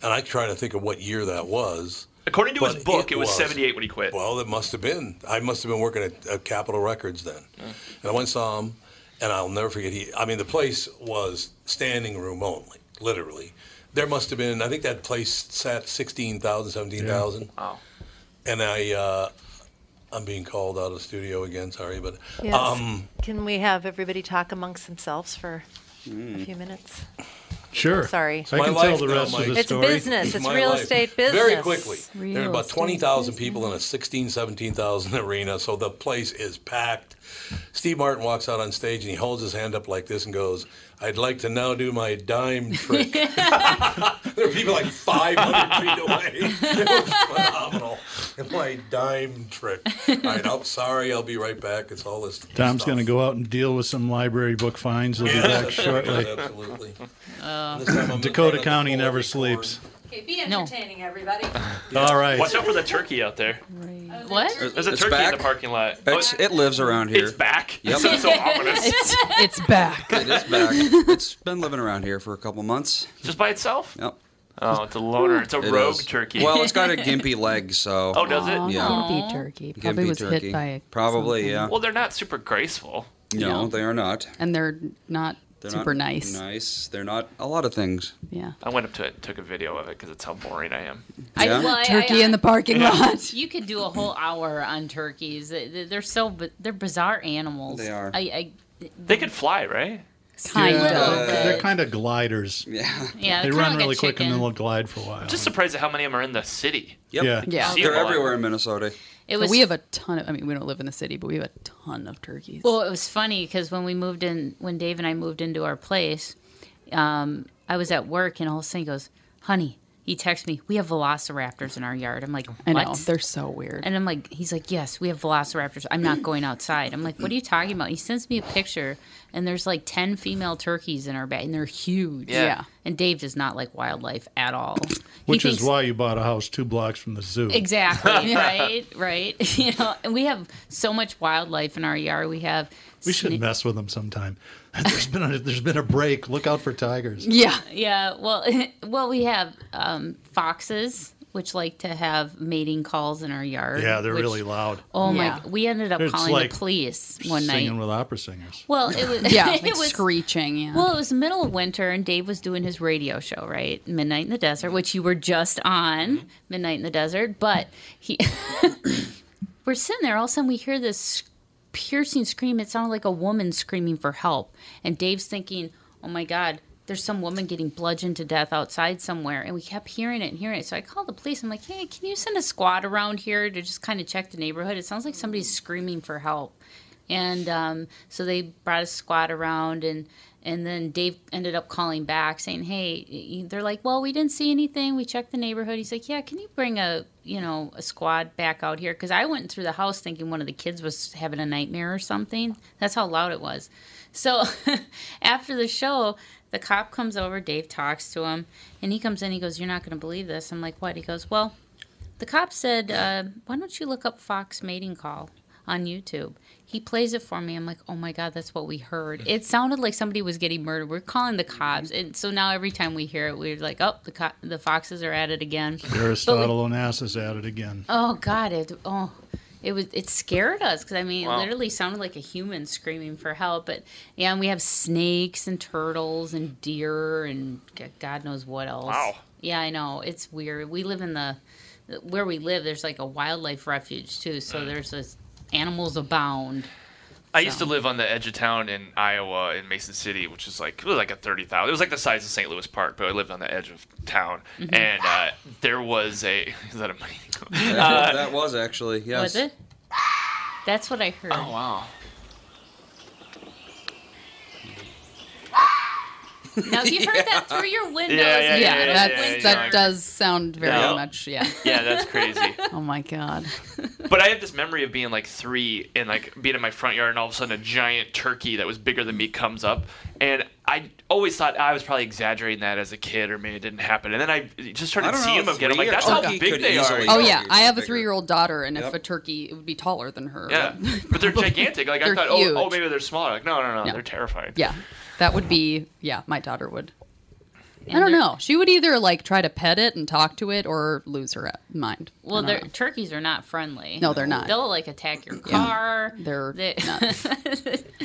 F: And I try to think of what year that was.
C: According to his
F: But
C: book, it was 78 when he quit.
F: Well, it must have been. I must have been working at, at Capitol Records then. And I went and saw him, and I'll never forget. He, I mean, the place was standing room only, literally. There must have been, I think that place sat 16,000, 17,000.
C: Wow.
F: And I, uh, I'm being called out of the studio again, sorry, but.
J: Yes.
F: Um,
J: Can we have everybody talk amongst themselves for
F: hmm.
J: a few minutes?
B: Sure.
J: Sorry.
F: It's my life now, Mike.
J: It's business. It's,
F: my
J: real
F: life.
J: estate business.
F: Very quickly. There's
J: Real
F: about
J: estate
F: 20,000 people in a 16, 17,000 arena, so the place is packed. Steve Martin walks out on stage and he holds his hand up like this and goes, I'd like to now do my dime trick. there were people like 500 feet away. It was phenomenal. My dime trick. All right, I'm sorry. I'll be right back. It's all this.
B: Tom's going to go out and deal with some library book fines. He'll be back shortly.
F: Absolutely.
J: Oh.
B: Dakota County never sleeps.
L: Okay, be entertaining, everybody.
B: All right.
C: Watch out for the turkey out there.
L: What?
C: There's a
D: It's
C: turkey
D: back?
C: in the parking lot. Oh,
D: It's, it lives around here.
C: It's back.
D: Yep.
C: Sounds so ominous.
K: It's, it's back.
D: It is back. It's been living around here for a couple months.
C: Just by itself?
D: Yep.
C: Oh, it's a loner. It's a rogue turkey.
D: Well, it's got a gimpy leg, so.
C: Oh, does it? Aw,
D: Yeah.
K: gimpy turkey. Probably was hit by a-
D: Probably, yeah.
C: Well, they're not super graceful.
D: no, they are not.
K: And they're not
D: They're
K: super
D: not
K: nice.
D: Nice. They're not a lot of things.
K: Yeah.
C: I went up to it and took a video of it because it's how boring I am.
E: I- well, I-
K: Turkey
E: I-
K: in the parking
E: Yeah.
K: lot.
E: You could do a whole hour on turkeys. They- they- They're so bi- they're bizarre animals.
B: They are.
E: I, I
C: They could fly, right?
E: kind of.
B: They're- They're kind of gliders.
D: Yeah.
E: Yeah,
B: They
E: kinda
B: run
E: like a
B: really quick and
E: chicken.
B: then they'll glide for a while.
C: I'm just surprised at how many of them are in the city.
D: Yep.
B: Yeah.
K: Yeah.
D: They're everywhere in Minnesota.
E: It
K: So
E: was-
K: we have a ton of, I mean, we don't live in the city, but we have a ton of turkeys.
E: Well, it was funny because when we moved in, when Dave and I moved into our place, um, I was at work and all of a sudden he goes, "Honey," he texts me, "We have velociraptors in our yard." I'm like, what?
K: I know. They're so weird.
E: And I'm like, he's like, yes, we have velociraptors. I'm not going outside. I'm like, what are you talking about? He sends me a picture, and there's like 10 female turkeys in our bed, and they're huge.
B: Yeah. Yeah.
E: And Dave does not like wildlife at all. He
B: Which
E: thinks-
B: is why you bought a house two blocks from the zoo.
E: Exactly. right. Right. You know, and we have so much wildlife in our yard. We have.
B: We should mess with them sometime. There's been a, there's been a break. Look out for tigers.
E: Yeah. Well, well, we have um, foxes, which like to have mating calls in our yard.
B: Yeah, they're
E: which-
B: really loud.
E: Oh my! We ended up
B: It's
E: calling
B: like
E: the police one night.
B: Singing with opera singers.
E: Well, it was
K: Yeah,
E: it
K: like
E: was
K: screeching. Yeah.
E: Well, it was the middle of winter, and Dave was doing his radio show, right? Midnight in the Desert, which you were just
K: Mm-hmm.
E: on, Midnight in the Desert. But he, we're sitting there, all of a sudden we hear this piercing scream. It sounded like a woman screaming for help. And Dave's thinking, oh my God, there's some woman getting bludgeoned to death outside somewhere. And we kept hearing it and hearing it. So I called the police. I'm like, hey, can you send a squad around here to just kind of check the neighborhood? It sounds like somebody's screaming for help. And um, so they brought a squad around and and then Dave ended up calling back saying, "Hey," y- they're like, "Well, we didn't see anything. We checked the neighborhood." He's like, "Yeah, can you bring a you know a squad back out here?" Because I went through the house thinking one of the kids was having a nightmare or something. That's how loud it was. So after the show, the cop comes over. Dave talks to him, and he comes in. He goes, "You're not going to believe this." I'm like, "What?" He goes, "Well." The cop said, uh, "Why don't you look up Fox mating call on YouTube?" He plays it for me. I'm like, "Oh my god, that's what we heard." It sounded like somebody was getting murdered. We're calling the cops, and so now every time we hear it, we're like, "Oh, the co- the foxes are at it again." But we-
B: Aristotle Onassis at it again.
E: oh god, it oh. It was. It scared us because I mean,
B: Wow.
E: it literally sounded like a human screaming for help. But yeah, and we have snakes and turtles and deer and g- God knows what else.
C: Wow.
E: Yeah, I know. It's weird. We live in the where we live. There's like a wildlife refuge too, so there's this animals abound.
C: Mm. I used to live on the edge of town in Iowa in Mason City, which is like it was like a thirty thousand. It was like the size of St. Louis Park, but I lived on the edge of town,
K: Mm-hmm.
D: Mhm.
C: and uh, there was a is that a money? Uh,
D: That, that was actually, yes.
E: Was it? That's what I heard. Oh
C: wow.
E: Now, if you heard that through your windows,
C: Yeah, yeah,
E: you
C: yeah,
E: know,
C: yeah,
K: that's,
C: yeah,
K: that
C: yeah.
K: does sound very
C: Yeah.
K: much, yeah.
C: Yeah, that's crazy.
K: oh my God.
C: But I have this memory of being like three and like being in my front yard, and all of a sudden a giant turkey that was bigger than me comes up, and I always thought I was probably exaggerating that as a kid, or maybe it didn't happen. And then I just
D: I
C: started
D: don't
C: seeing
D: know,
C: them again. I'm
D: three
C: like,
D: or
C: that's how
D: turkey
C: big
D: could
C: they are.
D: easily
K: Oh yeah, I have a
D: bigger.
K: three-year-old daughter, and if
D: Yep.
K: a turkey, it would be taller than her.
C: Yeah, but they're gigantic. Like I
K: They're
C: thought,
K: huge.
C: oh, oh, maybe they're smaller. Like no, no, no, they're terrifying.
K: Yeah, that would be. Yeah, my daughter would. I
E: And
K: don't
E: they're-
K: know. She would either like try to pet it and talk to it, or lose her mind. I
E: Well,
K: don't
E: they're,
K: know.
E: turkeys are not friendly.
K: No, they're not.
E: They'll like attack your car.
K: They're
E: They-
K: nuts.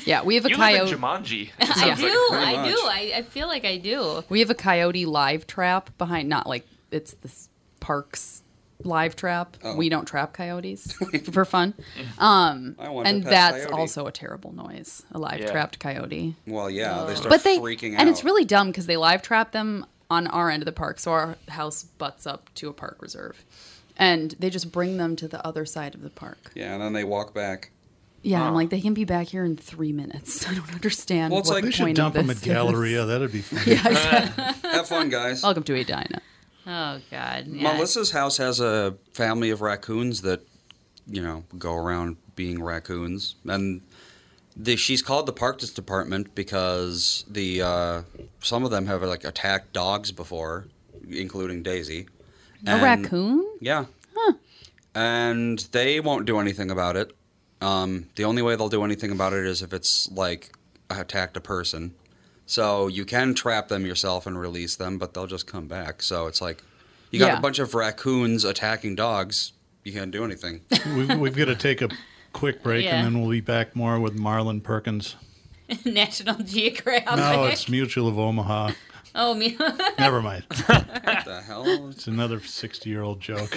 K: yeah, we have a
C: you
K: coyote.
C: live in Jumanji. it
E: I
C: sounds
E: do.
C: like.
E: I do. I, I feel like I do.
K: We have a coyote live trap behind, not like it's this park's live trap.
E: Oh.
K: We don't trap coyotes for fun. Um,
D: I want to
K: and
D: pet
K: that's
D: coyote.
K: also a terrible noise, a live
D: Yeah.
K: trapped coyote.
D: Well, yeah, they start
K: but they
D: freaking out.
K: and it's really dumb because they live trap them on our end of the park, so our house butts up to a park reserve, and they just bring them to the other side of the park.
D: yeah, and then they walk back.
K: Yeah, I'm like they can be back here in three minutes. I don't understand.
D: Well, it's
K: what
D: like-
K: the
D: They should
K: point
B: dump
K: of
B: 'em
K: this
B: at Galleria.
K: is.
B: That'd be fun.
K: Yeah, exactly.
D: Have fun, guys.
K: Welcome to Edina.
E: Oh God. Yeah.
D: Melissa's house has a family of raccoons that, you know, go around being raccoons, and the, she's called the parks department because the uh, some of them have like attacked dogs before, including Daisy.
K: A raccoon?
D: Yeah. And they won't do anything about it. Um, the only way they'll do anything about it is if it's like attacked a person. So you can trap them yourself and release them, but they'll just come back. So it's like you got
K: Yeah.
D: a bunch of raccoons attacking dogs. You can't do anything.
B: we've, we've got to take a quick break,
E: Yeah.
B: and then we'll be back more with Marlon Perkins.
E: National Geographic.
B: No, it's Mutual of Omaha.
E: Oh, me.
B: Never mind.
D: What the hell?
B: It's another 60 year old joke.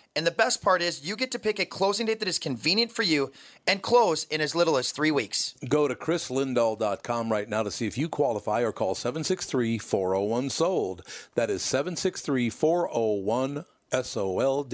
M: And the best part is, you get to pick a closing date that is convenient for you and close in as little as three weeks.
F: Go to chrislindahl.com right now to see if you qualify or call 763 401 SOLD. That is 763 401 SOLD.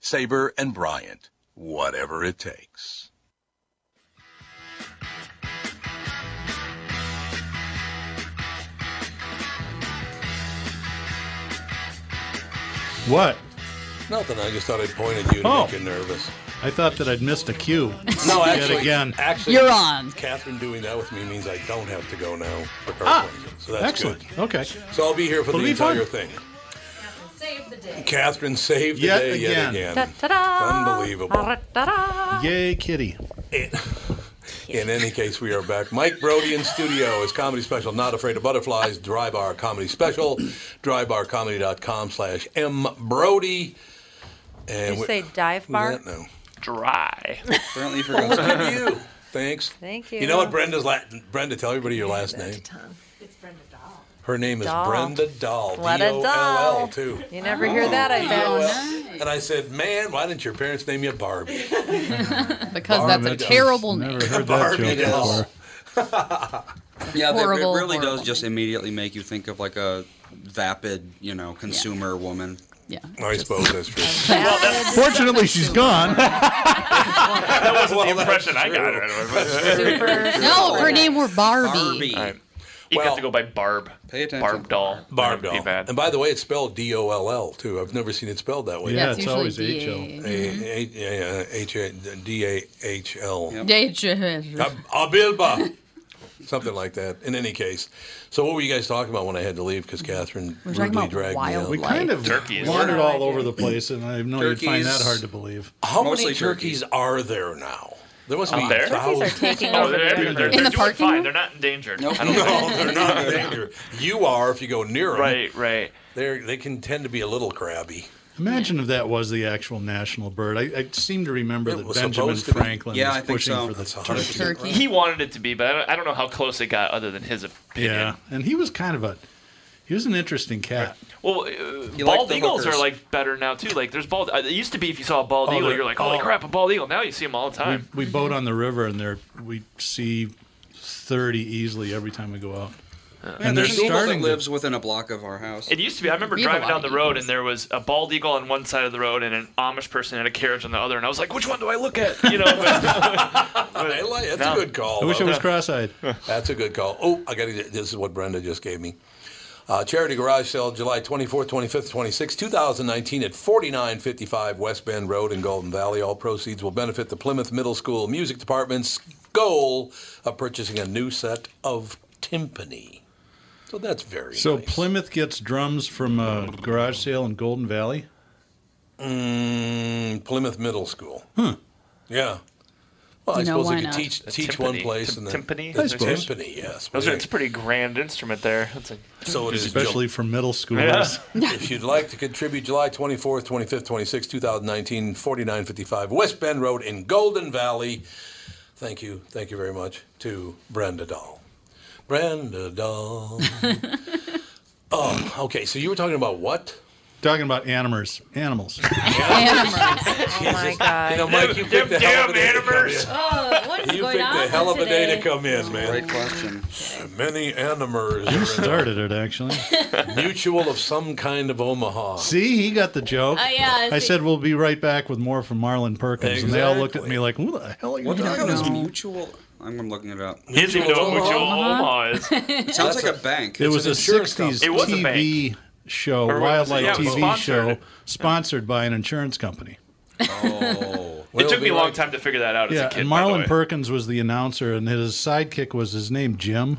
N: Sabre and Bryant, whatever it takes.
B: What?
F: Nothing. I just thought I'd point at you to
B: Oh.
F: make you nervous.
B: I thought that I'd missed a cue.
F: No,
B: Yet
F: actually,
B: again.
F: actually,
K: You're on.
F: Catherine doing that with me means I don't have to go now for car
B: Ah,
F: appointments, so that's
B: excellent.
F: good.
B: Okay.
F: So I'll be here for
B: It'll
F: the
B: be fun.
F: entire thing. Catherine saved the
B: Yet
F: day
B: again.
F: yet
J: Da,
F: again.
J: da, da.
F: Unbelievable.
B: Yay, kitty.
F: In any case, we are back. Mike Brody in studio. His comedy special, Not Afraid of Butterflies, Dry Bar Comedy Special, drybarcomedy.com slash M Brody. And
J: Did you
F: we-
J: say dive
F: who's
J: bar?
F: that now?
C: Dry.
D: Apparently, you
F: forgot. Look at you. Thanks.
J: Thank
F: You know what
J: you.
F: Brenda's la- Brenda? Tell everybody your last name.
J: It's Brenda
F: Her name is
J: Dahl.
F: Brenda Doll.
J: What a
F: D-O-L-L,
J: doll.
F: too.
J: You never hear that, I bet.
F: And I said, man, why didn't your parents name you Barbie?
K: Because
F: Barb-
K: that's a terrible name.
F: Barbie Doll.
D: Yeah, they-
K: Horrible,
D: it really
K: horrible.
D: does just immediately make you think of like a vapid, you know, consumer woman.
K: Yeah.
F: I suppose that's true.
B: Fortunately, she's gone.
C: that wasn't the impression I got. Right away, but-
K: No, her name were Barbie.
B: Uh,
C: Alright. You have to go by Barb. Pay attention. Barb doll.
F: Barb doll. And by the way, it's spelled D O L L too. I've never seen it spelled that way.
B: Yeah, Yeah, it's it's usually always DA. HL.
K: Mm-hmm.
F: A- A- yeah, yeah, H A D A H L.
K: Yeah.
F: Ab- Abilba. Something like that. In any case, so what were you guys talking about when I had to leave? Because Catherine
K: We're
F: rudely
K: talking about
F: dragged me out.
B: We kind of wandered all over the place, and I know you'd find that
F: Turkeys.
B: hard to believe.
F: How many turkeys are there now? There must
B: Out
F: be
B: there?
F: thousands.
C: Turkeys are taking No, over Oh, they're the everywhere. world. They're In the doing parking fine. lot? They're not endangered.
F: No,
C: I don't think.
F: they're not endangered. You are if you go near them.
C: Right, right.
F: They they can tend to be a little crabby.
B: Imagine if that was the actual national bird. I, I seem to remember that
F: was
B: Benjamin
F: supposed to be.
B: Franklin
F: Yeah,
B: was
F: I think
B: pushing
F: so.
B: for the
F: That's a
B: turkey.
C: He wanted it to be, but I don't, I don't know how close it got, other than his opinion.
B: Yeah, and he was kind of a he was an interesting cat.
C: Well, uh,
B: He liked
C: bald
B: the
C: eagles
B: hookers.
C: are like better now too. Like there's bald. Uh, it used to be if you saw a bald
B: Oh,
C: eagle,
B: they're-
C: you're like, holy
B: oh.
C: crap, a bald eagle. Now you see them all the time.
B: We, we boat on the river, and there we see thirty easily every time we go out.
D: and
B: they're
D: there's an eagle that
B: starting. to-
D: lives within a block of our house.
C: It used to be. I remember
D: We have a
C: driving
D: lot
C: down the
D: of
C: road, and there was a bald eagle on one side of the road, and an Amish person in a carriage on the other. And I was like, which one do I look at? You know.
F: I like- that's
C: Uh, No.
F: a good call.
B: I wish I
F: though.
B: was cross-eyed.
F: That's a good call. Oh, I got to get this is what Brenda just gave me. Uh, Charity Garage Sale, July 24th, 25th, 26th, 2019 at 4955 West Bend Road in Golden Valley. All proceeds will benefit the Plymouth Middle School Music Department's goal of purchasing a new set of timpani. So that's very
B: So Plymouth gets drums from a garage sale in Golden Valley.
F: Mm, Plymouth Middle School.
B: Huh.
F: Yeah. Well, I
C: No,
F: suppose
C: why
F: they could
C: not?
F: teach
C: A
F: teach
C: timpani.
F: one place
C: Tim-
F: and then
C: timpani?
F: The
C: I suppose.
F: timpani, yes.
C: Those are, it's a pretty grand instrument there. It's a,
F: So it is
B: especially for middle schoolers.
F: if you'd like to contribute, July 24th, 25th, 26th, 2019, 4955 West Bend Road in Golden Valley. Thank you. Thank you very much to Brenda Doll. Brenda Doll. oh, okay. So you were talking about what?
B: Talking about animals, animals.
F: Oh, my God. You know, Mike, you picked the hell of a day to come in.
E: Oh, what is
F: You
E: going
F: picked
E: on?
F: a hell of a
E: today?
F: day to come in, man. Great question. Many animers
B: You
F: are
B: started it actually.
F: in the mutual of some kind of Omaha.
B: See, he got the joke.
F: Uh, yeah, I
B: I
F: see.
B: said we'll be right back with more from Marlon Perkins, and they all looked at me like, "Who the hell are you
D: What the
B: talking
D: hell is
B: about?"
D: mutual? I'm, I'm looking it up.
C: He doesn't even know what Mutual Omaha is.
D: It sounds like a bank.
B: It
D: It's
B: was
D: an
B: a
D: insurance
B: '60s
D: company.
B: TV show,
D: Or was it-
B: wildlife
D: yeah, it was
B: TV
D: sponsored.
B: show, sponsored by an insurance company.
C: it took me a long time to figure that out
B: yeah,
C: as a kid.
B: and
C: by the
B: Marlon
C: way.
B: Perkins was the announcer, and his sidekick was his name Jim.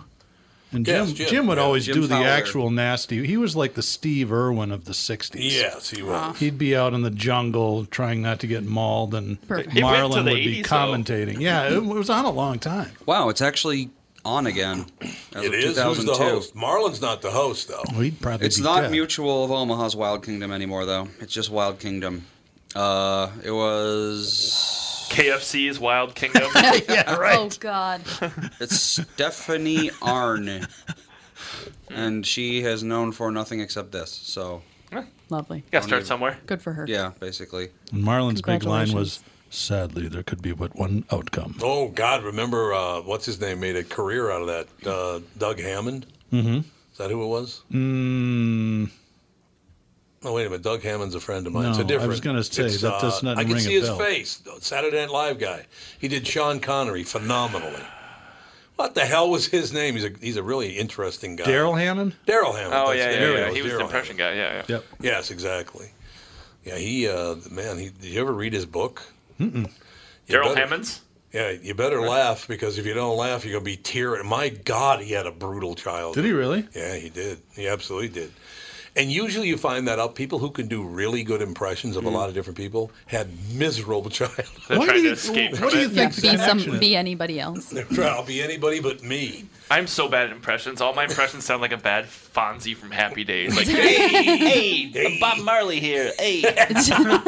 B: And Jim,
F: Yes,
B: Jim,
F: Jim.
B: would
F: Yeah,
B: always
F: Jim
B: do the
F: Fowler.
B: actual nasty. He was like the Steve Irwin of the '60s.
F: Yes, he was. Ah.
B: He'd be out in the jungle trying not to get mauled, and
F: Perfect. It
D: went to
B: Marlon
D: the
B: would be
D: 80s, though.
B: commentating. Yeah, it was on a long time.
D: Wow, it's actually on again. As
F: It
D: of
F: is. Who's the
D: 2002.
F: host? Marlon's not the host, though.
B: We'd probably
D: It's
B: be
D: not
B: dead.
D: Mutual of Omaha's Wild Kingdom anymore, though. It's just Wild Kingdom. Uh, it was.
C: KFC's Wild Kingdom.
D: yeah,
K: Oh God.
D: It's Stephanie Arn. And she has known for nothing except this, so.
K: Lovely.
D: Gotta start
C: somewhere.
K: Good for her.
D: Yeah, basically.
B: And Marlon's big line was,
D: Congratulations.
B: "Sadly, there could be but one outcome."
F: Oh God! Remember uh, what's his name made a career out of that? Uh, Doug Hammond.
B: Mm-hmm.
F: Is that who it was?
B: Mm,
F: No, wait a minute. Doug Hammond's a friend of mine.
B: No,
F: it's
B: I
F: a
B: was
F: different.
B: gonna say,
F: It's, uh,
B: that does not
F: I can
B: ring a
F: see his
B: bell.
F: face. Saturday Night Live guy. He did Sean Connery phenomenally. What the hell was his name? He's a he's a really interesting guy.
B: Daryl Hammond.
F: Daryl Hammond.
C: Oh
F: that's
C: yeah,
F: it.
C: yeah,
F: There
C: yeah.
F: it
C: He was the
F: Daryl
C: impression guy. Yeah, yeah.
B: Yep.
F: Yes, exactly. Yeah, he uh, man. He, did you ever read his book?
B: Mm-mm.
F: You
C: Daryl
F: better-
C: Hammonds.
F: Yeah, you better laugh because if you don't laugh, you're gonna be tearing. My God, he had a brutal childhood.
B: Did he really?
F: Yeah, he did. He absolutely did. And usually you find that out. People who can do really good impressions
B: Hmm.
F: of a lot of different people had miserable childhoods.
C: They're What trying do to you- escape what from do you it.
K: Yeah, be some, be anybody else.
F: I'll be anybody but me.
C: I'm so bad at impressions. All my impressions sound like a bad Fonzie from Happy Days. Like, hey, hey, I'm Bob Marley here. Hey.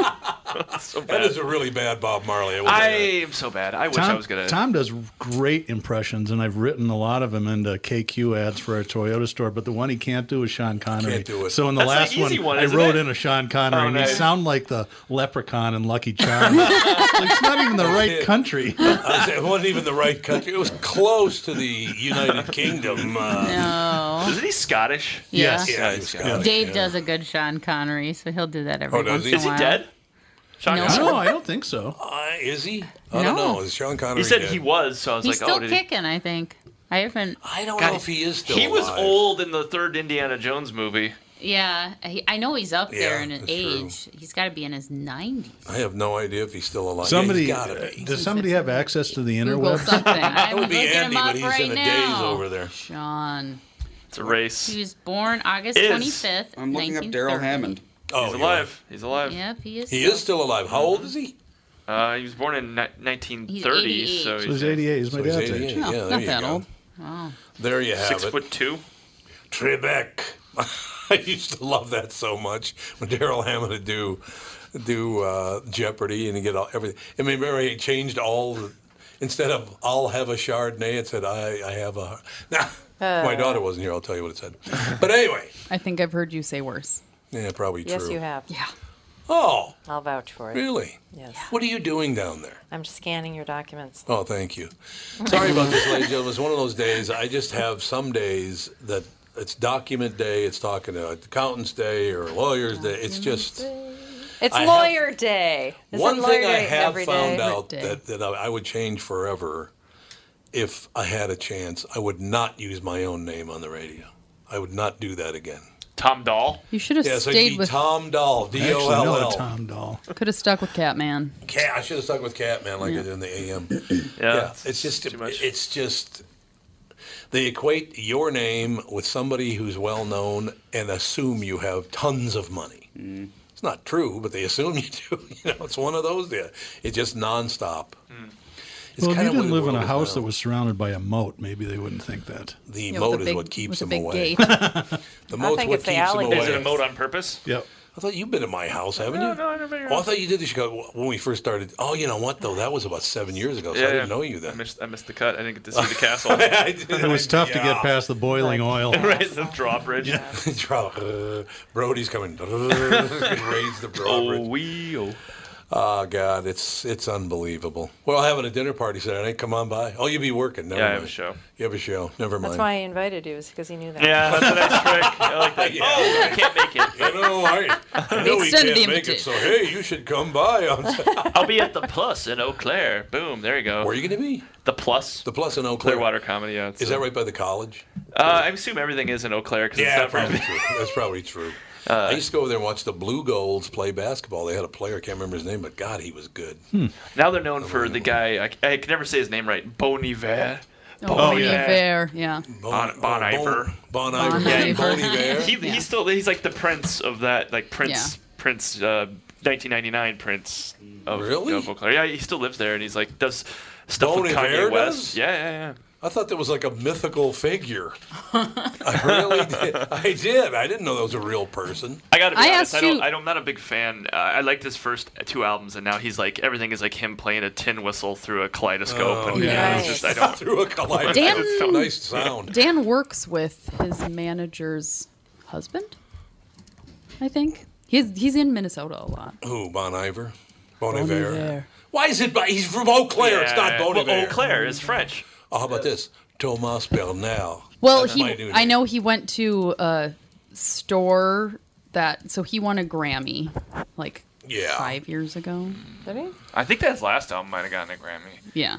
C: so
F: That
C: bad.
F: is a really bad Bob Marley. will
C: I
F: say that.
C: am so bad. I wish
B: Tom,
C: I was gonna.
B: Tom does great impressions, and I've written a lot of them into KQ ads for our Toyota store. But the one he can't do is Sean Connery.
F: Can't do it.
B: So in the
F: That's the
B: last
F: easy one,
B: I
F: isn't
B: wrote
F: it?
B: in a Sean Connery,
F: Oh,
B: and he
F: nice.
B: sound like the leprechaun in Lucky Charms. like, it's not even the right country.
F: I said, it wasn't even the right country. It was close to the United United Kingdom.
E: No.
C: Isn't he Scottish?
F: Yes. Yeah. Yeah, he's Scottish,
E: Dave
F: yeah.
E: does a good Sean Connery, so he'll do that every
F: Oh, does
E: once
F: he?
E: in a
F: Is he
E: while.
F: dead?
E: Sean No.
B: No, I don't think so.
F: Uh, is he? I don't
E: No.
F: know. Is Sean Connery?
C: He said
F: dead?
C: he was, so I was
E: He's
C: like,
E: still
C: oh, did he?
E: kicking, I think. I haven't.
F: I don't
C: God,
F: know if he is still
C: He was
F: alive.
C: old in the third Indiana Jones movie.
E: Yeah, he, I know he's up there
F: Yeah,
E: in
F: that's true.
E: age. He's got to be in his 90s.
F: I have no idea if he's still alive.
B: Somebody, uh,
F: yeah, he's gotta be.
B: does somebody have access to the interwebs?
E: I'm
F: would be
E: looking
F: Andy,
E: him up
F: but he's in
E: right
F: a daze
E: now.
F: over there.
E: Sean.
C: It's a race.
E: He was born August
C: Is.
E: 25th.
D: I'm looking up
E: 1930.
D: Daryl Hammond.
F: Oh,
C: he's alive. He's alive.
E: Yep, he is.
F: He is still alive. How old is he?
C: Uh, he was born in ni- 1930, so
B: So
C: he's,
B: he's 88. He's my
F: So he's
B: dad's
F: 88,
B: age.
F: yeah, there you go.
E: Wow.
F: There you have
C: six
F: it.
C: foot two.
F: Trebek. I used to love that so much when Daryl Hammond would do do uh, Jeopardy and he'd get all everything. I mean, remember he changed all the, instead of "I'll have a Chardonnay," it said "I I have a." Nah, my
K: Uh.
F: daughter wasn't here. I'll tell you what it said. But anyway,
K: I think I've heard you say worse.
F: yeah, probably true.
J: Yes, you have. Yeah.
F: Oh,
J: I'll vouch for it.
F: really?
J: Yes.
F: What are you doing down there?
J: I'm scanning your documents.
F: Oh, thank you. Sorry about this, ladies and gentlemen. It's one of those days. I just have some days that it's document day. It's talking to accountants day or lawyers day. It's just
J: It's
F: I have-
J: lawyer day. Isn't
F: one
J: lawyer
F: thing I
J: day
F: have
J: every
F: found
J: day?
F: out that, that I I would change forever if I had a chance. I would not use my own name on the radio. I would not do that again.
C: Tom Dahl.
K: You should have
F: Yeah, so it'd
K: stayed
F: be
K: with.
F: Tom Doll.
B: I
F: Oh, D
B: actually
F: O L
B: know a
F: L.
B: Tom Doll.
K: Could have stuck with Catman.
F: Cat. I should have stuck with Catman like I did in the AM. yeah, it's, just it's just they equate your name with somebody who's well known and assume you have tons of money. It's not true, but they assume you do. You know, it's one of those. Yeah, it's just nonstop. It's
B: well, if you
F: kinda
B: didn't
F: where the
B: live in a
F: world is
B: house that
F: now.
B: was surrounded by a moat, maybe they wouldn't think that.
F: The Yeah, with moat a is big- what keeps with a them big away. gate. The
J: I
F: moat's
J: think
F: what
J: it's the
F: keeps them away.
J: alligator.
C: Is it a mode on purpose?
B: Yep.
F: I thought you've been in my house, haven't
C: No,
F: you?
C: no, I never
F: Oh, I thought you did the Chicago when we first started. Oh, you know what though? That was about seven years ago, so I didn't know you then.
C: I missed, I missed the cut. I didn't get to see the castle.
F: I
B: It was tough to get past the boiling oil.
C: right, the drawbridge.
F: Dra- Brody's coming. Raise the drawbridge.
C: Oh, wee, oh.
F: Oh God, it's it's unbelievable. We're all having a dinner party Saturday. night. Come on by. Oh, you'll be working. Never
C: Yeah, I
F: mind.
C: have a show.
F: You have a show. Never mind.
J: That's why I invited you, is because you knew that.
C: Yeah, that's a nice trick. I like that. Oh, I can't make it.
F: You know, I, I know he
C: Extend
F: can't
C: the
F: make it. So
C: invitation.
F: hey, you should come by on.
C: I'll be at the Plus in Eau Claire. Boom, there you go. Where
F: are you going to be?
C: The Plus.
F: The Plus in Eau Claire.
C: Clearwater Comedy. Yeah,
F: Is that right by the college?
C: Uh, I assume everything is in Eau Claire because
F: Yeah,
C: it's not
F: probably
C: from.
F: true. That's probably true.
C: Uh,
F: I used to go over there and watch the Blue Golds play basketball. They had a player. I can't remember his name, but God, he was good.
C: Now they're known for the guy. I, I can never say his name right. Bon Iver.
K: Oh,
C: Bon
K: Bon
C: Iver.
K: Iver, yeah.
C: Bon, bon Iver.
F: Bon,
K: Iver.
C: Yeah,
K: Bon
C: he-
K: Iver.
C: He, he's still he's like the prince of that like Prince Prince uh, 1999 Prince of,
F: Really?
C: of Eau Claire. Yeah, he still lives there and he's like does stuff
F: Bon
C: with
F: Iver
C: Kanye West.
F: does?
C: Yeah, yeah, yeah.
F: I thought that was like a mythical figure. I really did. I did. I didn't know that was a real person.
C: I gotta be
F: I
C: honest.
F: asked
C: I don't.
F: you-
C: I don't, I'm not a big fan. Uh, I liked his first two albums, and now he's like everything is like him playing a tin whistle through a kaleidoscope.
F: Oh,
C: and,
F: yeah.
C: yeah, it's just I don't
F: through a
K: Dan-
F: nice sound.
K: Dan works with his manager's husband, I think. He's he's in Minnesota a lot.
F: Who? Bon Iver? Bon,
K: Bon
F: Iver.
K: Iver.
F: Why is it? Bon- He's from Eau Claire. it's not
C: Yeah,
F: Bon
C: well,
F: Iver.
C: Eau Claire is French.
F: Oh, how about this? Thomas Bernal.
K: Well,
F: That's my
K: he
F: new
K: I
F: name.
K: know he went to a store that so he won a Grammy like
C: Yeah.
K: 5 years ago.
J: Did he?
C: I think that his last album might have gotten a Grammy.
K: Yeah.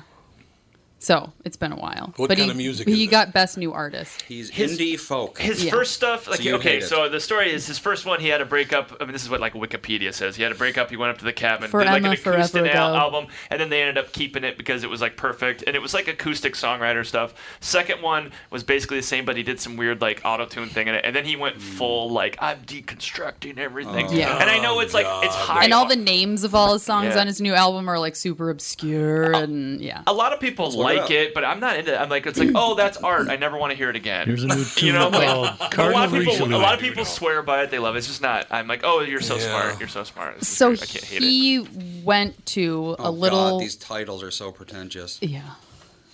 K: So, it's been a while.
C: What
K: but
C: kind
K: he,
C: of music
K: he
C: is
K: got best new artist.
D: He's
C: His-
D: indie folk.
C: His first stuff, like
D: you
C: okay,
D: hate it.
C: so the story is his first one. He had a breakup. I mean, this is what like Wikipedia says. He had a breakup. He went up to the cabin,
K: For
C: did like
K: Emma
C: an acoustic
K: Forever
C: al-
K: Ago.
C: album, and then they ended up keeping it because it was like perfect, and it was like acoustic songwriter stuff. Second one was basically the same, but he did some weird like auto tune thing in it, and then he went
D: Hmm.
C: full like I'm deconstructing everything.
K: Oh. Yeah.
C: and I know it's like it's high.
K: and all the names of all his songs
C: Yeah.
K: on his new album are like super obscure and yeah.
C: a lot of people
K: look it
C: like
K: up.
C: it, but I'm not into. it. I'm like, it's like, oh, that's art. I never want to hear it again.
B: Here's a new
C: you
B: tune
C: know, like,
B: called
C: a lot
B: Cardinal
C: of people, a
B: Richelieu.
C: lot of people swear by it. They love it. It's just not. I'm like, oh, you're so
D: Yeah.
C: smart. You're so smart. This is
K: So
C: great. Oh. I can't hate it.
K: he went to
D: Oh,
K: a little
D: God, these titles are so pretentious.
K: Yeah.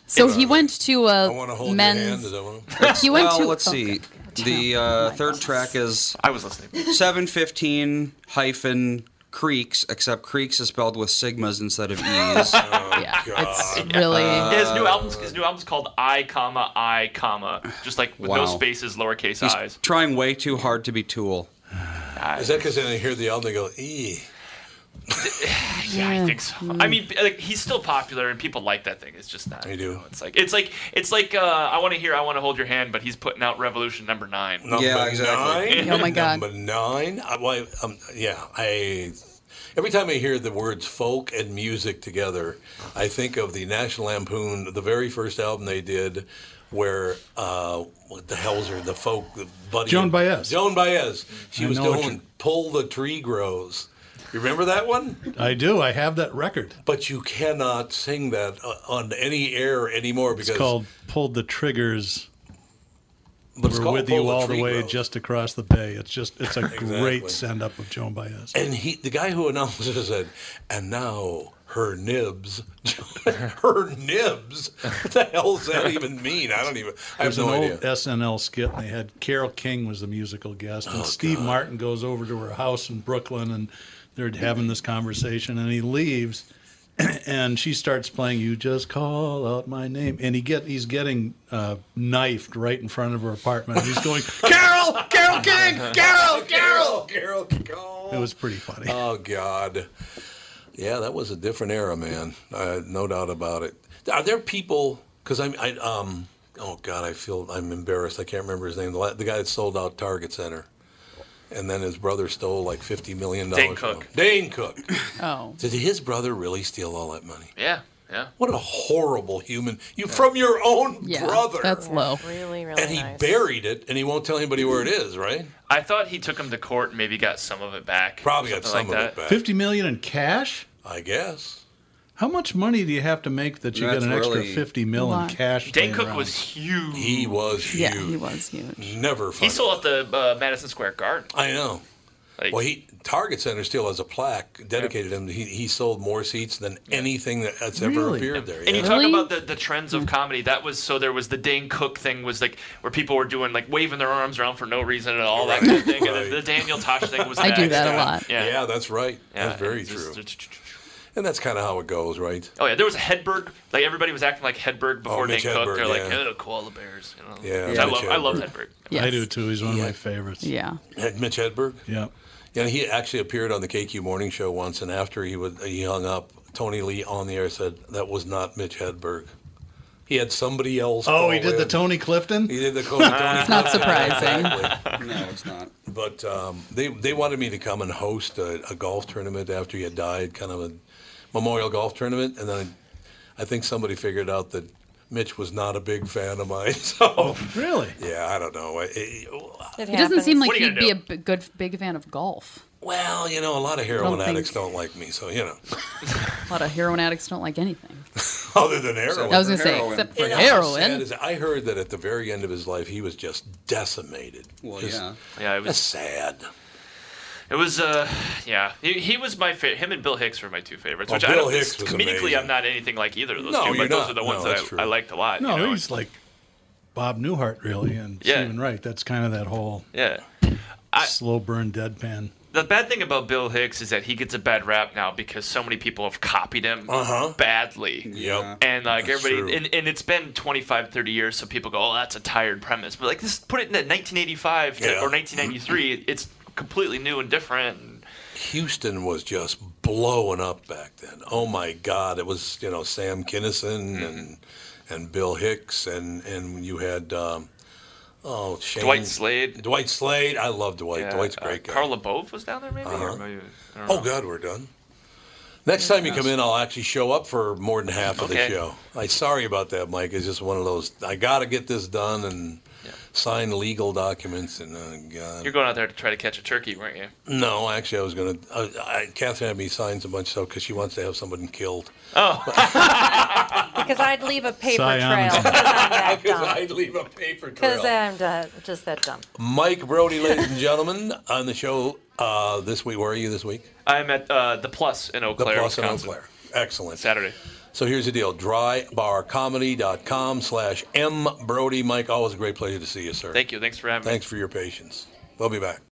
K: So he went to a men's. he went
D: well,
K: to.
D: let's
K: oh,
D: see. The uh, third track is
C: I was listening.
D: Seven fifteen hyphen creeks, except creeks is spelled with sigmas instead of e's.
C: Yeah.
D: yeah,
C: his new album's his new album's called I, comma I, comma just like with
D: Wow.
C: no spaces, lowercase
D: He's
C: i's.
D: trying way too hard to be Tool.
F: Is that because they hear the album they go, ee?
C: Yeah, I think so. I mean, like, he's still popular and people like that thing. It's just not. They do. It's like it's like it's like uh, I want to hear I want to hold your hand, but he's putting out Revolution number nine.
F: Number nine?
C: Oh
F: Number
C: Number-
F: nine? I, why, um, yeah, I. Every time I hear the words folk and music together, I think of the National Lampoon, the very first album they did, where uh, what the hell's her the folk the buddy
B: Joan Baez.
F: Joan Baez. She
B: I
F: was
B: know what
F: doing
B: you-
F: "Pull the Tree Grows." You remember that one?
B: I do. I have that record.
F: But you cannot sing that uh, on any air anymore because
B: It's called Pulled the Triggers.
F: But it's
B: We're
F: called
B: with
F: Pull
B: you
F: the
B: all the
F: Tree
B: way
F: Grove.
B: just across the bay. It's just it's a
F: Exactly.
B: great send up of Joan Baez.
F: And he, the guy who announces it said, and now her nibs, her nibs. What the hell does that even mean? I don't even. I have
B: There's
F: no
B: an
F: idea.
B: old SNL skit, and they had Carol King was the musical guest, and
F: Oh,
B: Steve Martin goes over to her house in Brooklyn, and they're having this conversation, and he leaves, and she starts playing "You Just Call Out My Name," and he get he's getting uh, knifed right in front of her apartment. He's going, Carol, Carol King, Carol, Carol,
F: Carol, Carol.
B: it was pretty funny.
F: Oh God, yeah, that was a different era, man. Uh, no doubt about it. Are there people? Because I'm, I, um, oh God, I feel I'm embarrassed. I can't remember his name. The, la- the guy that sold out Target Center, and then his brother stole like fifty million dollars.
C: Dane Cook.
F: Dane Cook.
K: Oh.
F: Did his brother really steal all that money?
C: Yeah, yeah.
F: What a horrible human! You from your own
K: Yeah,
F: brother.
K: that's low.
J: Really, really
F: And he
J: nice.
F: buried it, and he won't tell anybody where it is, right?
C: I thought he took him to court, and maybe got some of it back. Probably
F: got some of it back.
B: Fifty million in cash.
F: I guess.
B: How much money do you have to make that you
F: That's
B: get an extra
F: really-
B: fifty mil in
C: Lot.
B: cash?
C: Dane
B: laying
C: Cook
B: around?
C: was huge.
F: He was huge.
K: Yeah, he was huge.
F: Never.
C: He
F: funny.
C: sold out the uh, Madison Square Garden.
F: I know. well, he Target Center still has a plaque dedicated to him. He, he sold more seats than anything that- that's ever
C: Really?
F: appeared there.
C: And you
F: yeah.
C: talk about the, the trends of comedy. That was so there was the Dane Cook thing was like where people were doing like waving their arms around for no reason and all that kind of thing. And then the Daniel Tosh thing was
F: I do
C: next.
F: that a
C: Yeah.
F: lot.
C: Yeah,
F: Yeah, that's right. That's very
C: it's just-
F: true. and that's kind of how it goes, right?
C: Oh yeah, there was a Hedberg. Like everybody was acting like Hedberg before Dane
F: Oh, Mitch
C: Cook.
F: Hedberg,
C: They're like,
F: yeah.
C: oh, koala bears. You know?
F: Yeah,
C: Which I
F: Mitch
C: love. I love
F: Hedberg.
C: Hedberg.
B: I do too. He's one of my favorites.
K: Yeah.
F: Ed- Mitch Hedberg.
B: Yeah.
F: Yeah, he actually appeared on the KQ Morning Show once, and after he was he hung up, Tony Lee on the air said that was not Mitch Hedberg. He had somebody else.
B: Oh, he
F: call
B: did the
F: in.
B: Tony Clifton.
F: He did the Tony. Tony
B: It's not
F: Clifton,
B: surprising.
F: exactly.
D: No, it's not.
F: But um, they they wanted me to come and host a, a golf tournament after he had died, kind of a memorial golf tournament, and then I think somebody figured out that Mitch was not a big fan of mine. So
B: really,
F: yeah, I don't know. I- I-
K: He doesn't seem like
F: What are you
K: he'd
F: gonna
K: be a b- good big fan of golf.
F: well, you know, a lot
K: I
F: of heroin
K: don't think-
F: addicts don't like me, so you know.
K: A lot of heroin addicts don't like anything.
F: Other than heroin.
K: I was gonna say, Heroin. except for
F: You know how
K: heroin.
F: sad is it? I heard that at the very end of his life, he was just decimated.
D: Well,
F: Just-
D: yeah.
C: Yeah, it was
F: That's sad.
C: It was, uh, yeah. He, he was my favorite. Him and Bill Hicks were my two favorites.
F: Oh,
C: which I
F: Bill
C: don't,
F: Hicks was
C: comedically,
F: amazing.
C: I'm not anything like either of those
F: No,
C: 2
F: you're
C: but those
F: not.
C: are the
F: No,
C: ones
F: that's
C: that
F: true.
C: I, I liked a lot.
B: No,
C: you know?
B: he's like Bob Newhart, really, and
C: Yeah.
B: Stephen Wright. That's kind of that whole
C: yeah.
B: slow burn deadpan.
C: The bad thing about Bill Hicks is that he gets a bad rap now because so many people have copied him
F: Uh-huh.
C: badly.
F: Yep.
C: And like
F: That's
C: everybody,
F: true.
C: and, and it's been 25, 30 years, so people go, "Oh, that's a tired premise." But like, this put it in that 1985 to-
F: Yeah.
C: or 1993. it's completely new and different. And
F: Houston was just blowing up back then. Oh my God! It was you know Sam Kinison
C: Mm-hmm.
F: and and Bill Hicks and and you had um, oh Shane,
C: Dwight Slade.
F: Dwight Slade. I love Dwight.
C: Yeah,
F: Dwight's a
C: uh,
F: great guy.
C: Carl LeBeouf was down there, maybe.
F: Uh-huh.
C: Or maybe I don't
F: oh
C: know.
F: God, we're done. Next time you come in, I'll actually show up for more than half of
C: Okay.
F: the show. I sorry about that, Mike. It's just one of those. I got to get this done and sign legal documents. And oh God,
C: You're going out there to try to catch a turkey, weren't you?
F: No, actually, I was going to. Uh, I, Catherine had me sign a bunch of stuff because she wants to have someone killed.
J: Because I'd leave a paper
F: Psionics.
J: trail. Because I'm that
F: Because
J: dumb.
F: I'd leave a paper
J: Because
F: trail.
J: I'm da- just that dumb.
F: Mike Brody, ladies and gentlemen, on the show uh, this week. Where are you this week?
C: I'm at uh, the Plus in Eau
F: The
C: Claire,
F: Plus in Eau
C: Wisconsin.
F: Claire. Excellent.
C: Saturday.
F: So here's the deal: drybarcomedy.com slash m brody. Mike, always a great pleasure to see you, sir.
C: Thank you. Thanks for having me.
F: Thanks for your patience. We'll be back.